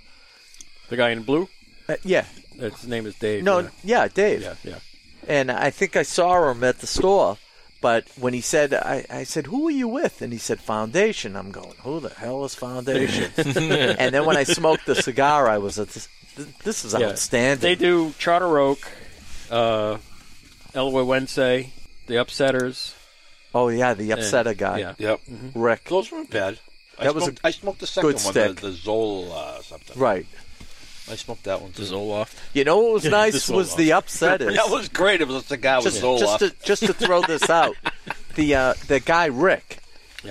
S1: the guy in blue.
S2: Uh, yeah,
S1: His name is Dave.
S2: no,
S1: Yeah.
S2: yeah, Dave.
S1: Yeah, yeah.
S2: And I think I saw him at the store, but when he said, I, I said, who are you with? And he said Foundation. I'm going, who the hell is Foundation? and then when I smoked the cigar, I was at this. This is
S1: Yeah.
S2: outstanding.
S1: They do Charter Oak, uh, Elway Wednesday, the Upsetters.
S2: Oh yeah, the upsetter
S5: Uh,
S2: guy,
S1: Yeah.
S5: yep.
S2: Rick.
S5: Those weren't bad. I
S2: That was
S5: smoked, I smoked the second
S2: good
S5: one,
S2: stick.
S5: the, the Zol uh, something.
S2: Right.
S5: I smoked that one too.
S4: Zoloft.
S2: You know what was nice
S1: this one
S2: was the upsetters.
S5: That was great. It was a cigar
S2: just,
S5: with Zoloft.
S2: just to just to throw this out, the uh, the guy Rick,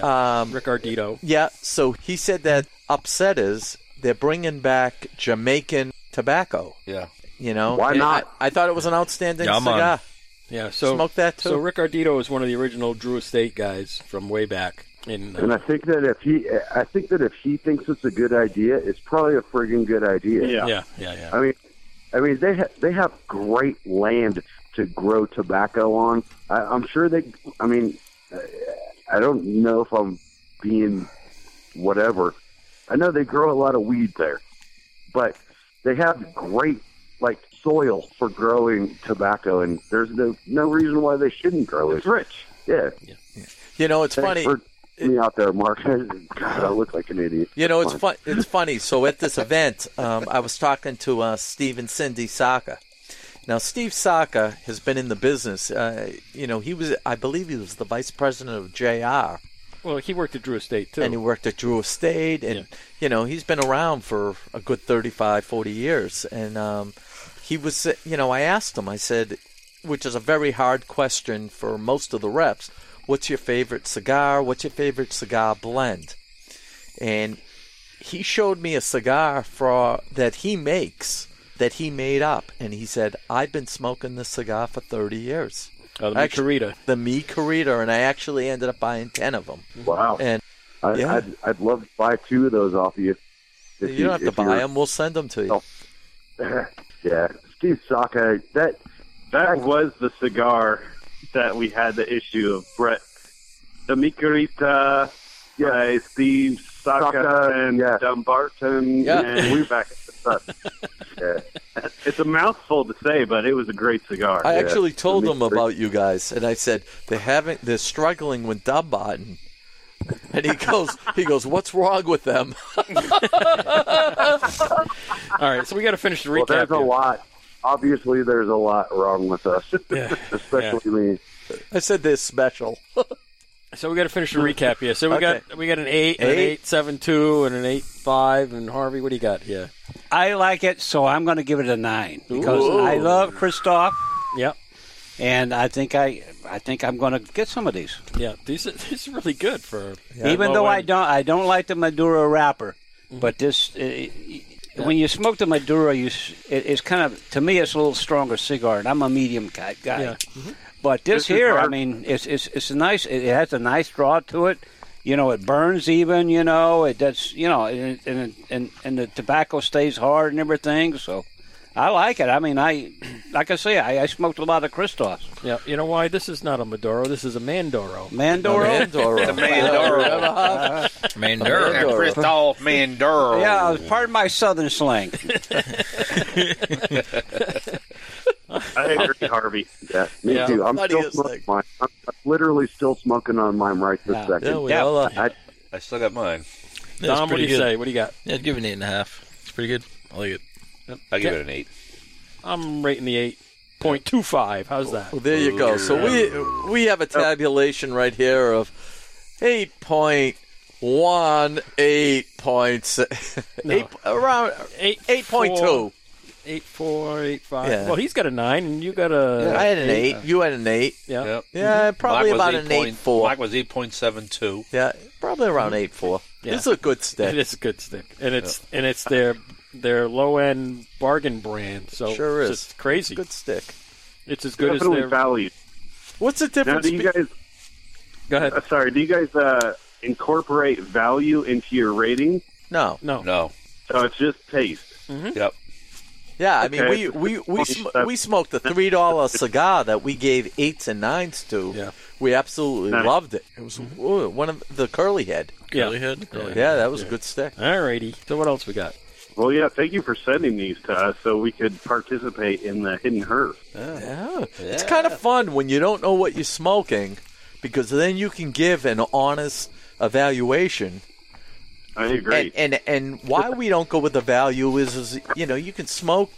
S2: um,
S1: Rick Ardito.
S2: yeah. So he said that upsetters they're bringing back Jamaican tobacco.
S5: yeah.
S2: You know
S3: Why
S2: And
S3: not?
S2: I, I thought it was an outstanding
S4: Yeah, I'm on.
S2: cigar.
S1: Yeah, so
S2: Smoke that, too.
S1: So Rick Ardito is one of the original Drew Estate guys from way back. uh, And,
S3: And I think that if he, I think that if he thinks it's a good idea, it's probably a friggin' good idea.
S7: Yeah.
S4: Yeah, yeah, yeah.
S3: I mean, I mean they ha- they have great land to grow tobacco on. I, I'm sure they. I mean, uh, I don't know if I'm being whatever. I know they grow a lot of weed there, but they have great like soil for growing tobacco, and there's no no reason why they shouldn't grow it.
S7: It's rich.
S3: Yeah,
S2: You know, it's funny.
S3: thanks for me out there, Mark. God, I look like an idiot.
S2: You know, it's fun. It's funny. So at this event, um, I was talking to uh, Steve and Cindy Saka. Now, Steve Saka has been in the business. Uh, you know, he was, I believe, he was the vice president of JR,
S1: well, he worked at Drew Estate too.
S2: and he worked at Drew Estate, and you know, he's been around for a good 35, 40 years. And um, he was, you know, I asked him. I said, which is a very hard question for most of the reps. What's your favorite cigar? What's your favorite cigar blend? and he showed me a cigar for that he makes that he made up and he said i've been smoking this cigar for 30 years
S1: Oh, the
S2: Actu-
S1: Micarita.
S2: the me Corita, and i actually ended up buying 10 of them
S3: Wow.
S2: and
S3: I,
S2: Yeah.
S3: I'd, I'd love to buy two of those off of you. If
S2: you don't have to
S3: if
S2: buy
S3: you're-
S2: them we'll send them to you
S3: Oh. yeah, Steve Saka. That
S7: That was the cigar that we had the issue of Brett. The Micarita
S3: Yeah.
S7: by Steve Saka,
S3: Saka,
S7: and
S3: yeah.
S7: Dumbarton.
S2: Yeah.
S7: And we back at the sun.
S3: yeah,
S7: It's a mouthful to say, but it was a great cigar.
S2: i
S3: yeah.
S2: actually told
S3: Me
S2: them
S3: Corita.
S2: about you guys and i said they're having they're struggling with dumbarton and he goes he goes what's wrong with them
S1: All right, so we got to finish the
S3: well,
S1: recap.
S3: there's a
S1: here.
S3: lot. Obviously, there's a lot wrong with us,
S1: Yeah,
S3: especially me.
S2: i said they're special
S1: So we got to finish the recap here. So we got we got an eight, and an
S2: Eight.
S1: eight seven two, and an eight five. And Harvey, what do you got? Yeah,
S6: I like it, so I'm going to give it a nine because
S1: Ooh.
S6: I love Christoph,
S1: yeah,
S6: and I think I, I think I'm going to get some of these.
S1: yeah. These are, these are really good for
S6: Even though I
S1: low-end.
S6: don't, I don't like the Maduro wrapper, but this, uh, when you smoke the Maduro, you s- it, it's kind of to me, it's a little stronger cigar, and I'm a medium type guy.
S1: Yeah.
S6: But this,
S7: is
S6: here, I
S7: hard.
S6: mean, it's it's it's a nice. It it has a nice draw to it. You know, it burns even. You know, it does. You know, and and and, and the tobacco stays hard and everything. So. I like it. I mean, I like I say, I, I smoked a lot of Christos,
S1: Yeah, you know why? This is not a Maduro. This is a Mandoro.
S6: Mandoro.
S2: Mandoro.
S4: Mandura.
S5: Christoph Manduro.
S6: Yeah, it was part of my southern slang.
S7: I agree, Harvey.
S3: Yeah, me
S1: Yeah.
S3: too. I'm
S2: Bloody
S3: still
S2: is
S3: smoking
S2: like-
S3: mine. I'm literally still smoking on mine right this
S6: Yeah.
S2: yeah,
S3: second.
S2: we
S6: Yeah.
S2: all are.
S5: I still got mine.
S4: That's
S1: Dom, what do
S4: pretty
S1: you
S4: good.
S1: say? What do you got?
S4: Yeah, I'd give it an eight and a half. It's pretty good. I like it.
S5: I give it an eight.
S1: I'm rating the eight point two five. How's that?
S2: Well, there you go. So we we have a tabulation right here of eight point one, eight points, eight, around
S1: Eight
S2: eight point two.
S1: eight four eight five.
S2: Yeah.
S1: Well, he's got a nine, and you got a
S2: I had an eight. You had an eight. Mm-hmm.
S1: yeah.
S5: Yep.
S2: Yeah, probably
S5: Mine was
S2: about an eight
S5: point-
S2: four.
S5: Mine was eight point seven two.
S2: Yeah, probably around eight four.
S1: Yeah.
S2: This is a good
S1: It
S2: stick.
S1: is a good stick, and it's and it's their their low end bargain brand. So
S2: Sure
S1: it's
S2: is.
S1: just crazy.
S2: Good stick.
S1: It's as good
S7: Definitely
S1: as their.
S7: valued.
S2: What's the
S7: Now,
S2: difference?
S7: do you
S2: be-
S7: guys?
S1: Go ahead.
S7: Uh, sorry, do you guys uh, incorporate value into your rating?
S2: no.
S1: No,
S5: No.
S7: So it's just taste.
S2: Hmm?
S5: Yep.
S2: Yeah, I mean
S7: Okay.
S2: we we we sm-
S7: That's-
S2: we smoked a three dollar cigar that we gave eights and nines to.
S1: Yeah.
S2: We absolutely
S7: Nice.
S2: loved it. It was ooh, one of the curly head.
S1: yeah.
S4: head. Curly
S2: Yeah, that was a good stick.
S1: Alrighty. So what else we got?
S7: Well, yeah. Thank you for sending these to us so we could participate in the hidden herb.
S2: Yeah. It's kind of fun when you don't know what you're smoking because then you can give an honest evaluation.
S7: I agree.
S2: And, and and why we don't go with the value is, is you know, you can smoke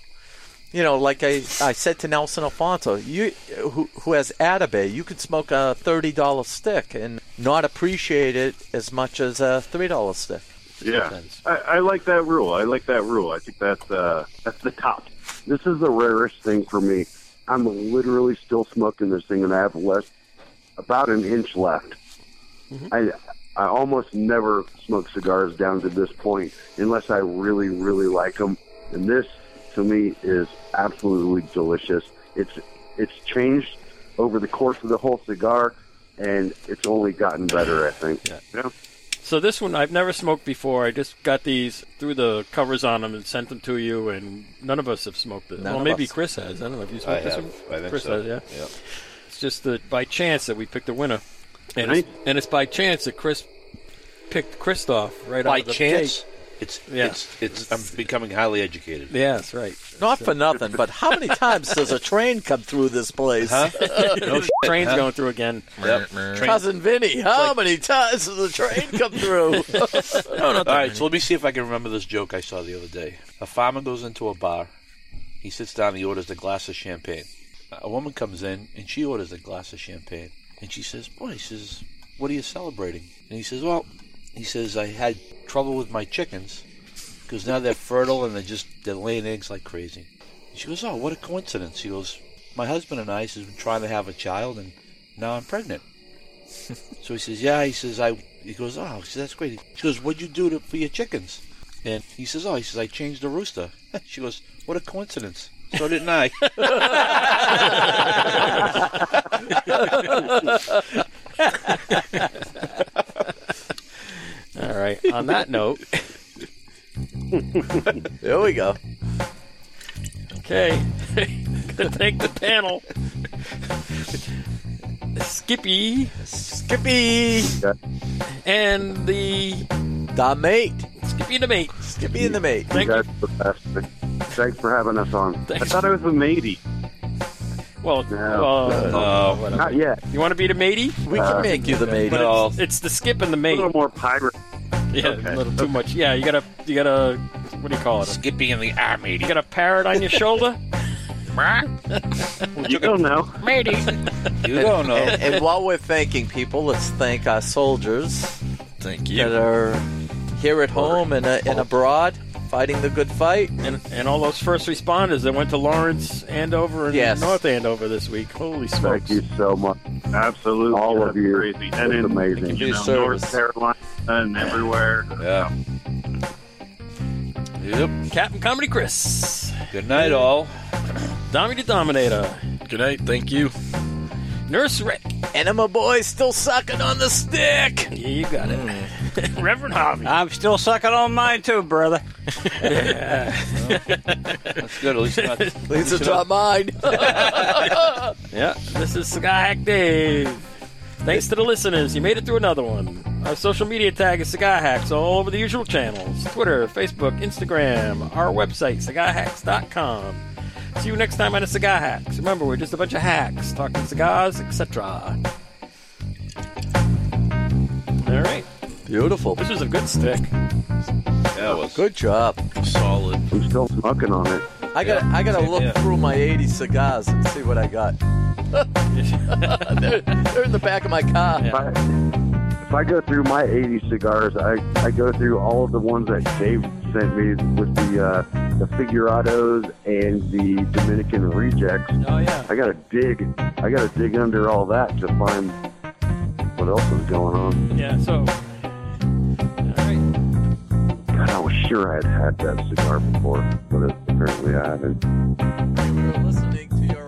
S2: you know, like I, I said to Nelson Alfonso, you who, who has Atabay, you can smoke a thirty dollar stick and not appreciate it as much as a three dollar stick.
S7: yeah, I, I like that rule. I like that rule. I think that's uh, that's the top.
S3: This is the rarest thing for me. I'm literally still smoking this thing, and I have less about an inch left. I I almost never smoke cigars down to this point unless I really really like them. And this to me is absolutely delicious. It's it's changed over the course of the whole cigar, and it's only gotten better. I think. Yeah.
S1: So this one I've never smoked before. I just got these, threw the covers on them, and sent them to you. And none of us have smoked it.
S5: None
S1: well,
S5: of
S1: maybe
S5: us.
S1: Chris has. I don't know if you
S5: I
S1: smoked this
S5: have.
S1: one.
S5: I think
S1: Chris
S5: so.
S1: has, yeah.
S5: Yeah.
S1: It's just that by chance that we picked the winner, and it's, and it's by chance that Chris picked Christoph right
S5: By
S1: out of the
S5: chance,
S1: gate.
S5: it's,
S1: Yeah.
S5: it's it's I'm becoming highly educated.
S1: Yeah, that's right.
S2: Not for nothing, but how many times does a train come through this place?
S5: Huh?
S1: No
S5: shit,
S1: train's
S5: huh?
S1: going through again.
S5: Yep.
S2: Cousin Vinny, how many times does a train come through?
S5: All right, so let me see if I can remember this joke I saw the other day. A farmer goes into a bar. He sits down. He orders a glass of champagne. A woman comes in and she orders a glass of champagne. And she says, "Boy," he says, "What are you celebrating?" And he says, "Well," he says, "I had trouble with my chickens because now they're fertile and they're just they're laying eggs like crazy." And she goes, "Oh, what a coincidence!" He goes, "My husband and I has been trying to have a child, and now I'm pregnant." So he says, "Yeah." He says, "I." He goes, "Oh," he says, "That's great." She goes, "What'd you do to, for your chickens?" And he says, "Oh," he says, "I changed the rooster." She goes, "What a coincidence." So didn't I.
S1: All right. On that note,
S2: There we go.
S1: okay, gonna take the panel. Skippy
S2: Skippy,
S1: and the
S2: the mate.
S1: Skippy and the mate.
S2: Skippy and the mate.
S1: Thank
S3: you
S1: you.
S3: guys are the best. Thanks for having us on.
S7: I
S1: Thanks.
S7: thought I was a matey.
S1: Well, uh,
S5: Oh,
S3: Not yet.
S1: you want to be the matey?
S2: We can make you the mate.
S1: But
S5: No.
S1: it's, it's the skip and the
S7: A
S1: mate.
S7: little more pirate.
S1: Yeah, a little too much. Yeah, you gotta, you gotta, what do you call it?
S5: Skippy and the army.
S1: You got a parrot on your shoulder?
S7: You don't know.
S5: You don't know.
S2: And, and while we're thanking people, let's thank our soldiers
S4: Thank
S2: that
S4: you.
S2: are here at home and, uh, and abroad fighting the good fight.
S1: And and all those first responders that went to Lawrence, Andover, and
S2: Yes.
S1: North Andover this week. Holy smokes!
S3: Thank you so much.
S7: Absolutely.
S3: All of
S7: That's
S3: you.
S7: Crazy. And in,
S3: It's amazing.
S7: You
S2: Your
S7: know,
S2: service.
S7: North Carolina and everywhere.
S5: Yeah. Yep.
S1: Captain Comedy Chris,
S5: Good night, all.
S1: Dommy the Dominator,
S4: Good night. Thank you.
S1: Nurse Rick.
S2: Enema boy still sucking on the stick.
S1: Yeah, you got it. Reverend Harvey.
S6: I'm still sucking on mine too, brother.
S3: Mm.
S5: That's good. At least not.
S2: At least it's not mine.
S1: Yeah, this is Cigar Hack Dave. Thanks to the listeners, you made it through another one. Our social media tag is Cigar Hacks all over the usual channels Twitter, Facebook, Instagram, our website, cigarhacks.com. See you next time on the Cigar Hacks. Remember, we're just a bunch of hacks talking cigars, etc. All right,
S2: Beautiful.
S1: this was a good stick.
S5: That was
S2: Good job.
S5: solid.
S3: I'm still smoking on it.
S2: I got to I got to look
S5: here.
S2: through my 80 cigars and see what I got. they're, they're in the back of my car.
S3: If I, if I go through my 80 cigars, I, I go through all of the ones that Dave sent me with the uh, the figurados and the Dominican rejects.
S1: Oh, yeah.
S3: I gotta dig. I gotta dig under all that to find what else is going on.
S1: Yeah, so. All right.
S3: God, I was sure I had had that cigar before, but apparently I haven't.
S2: We were listening to your uh,
S3: Oh.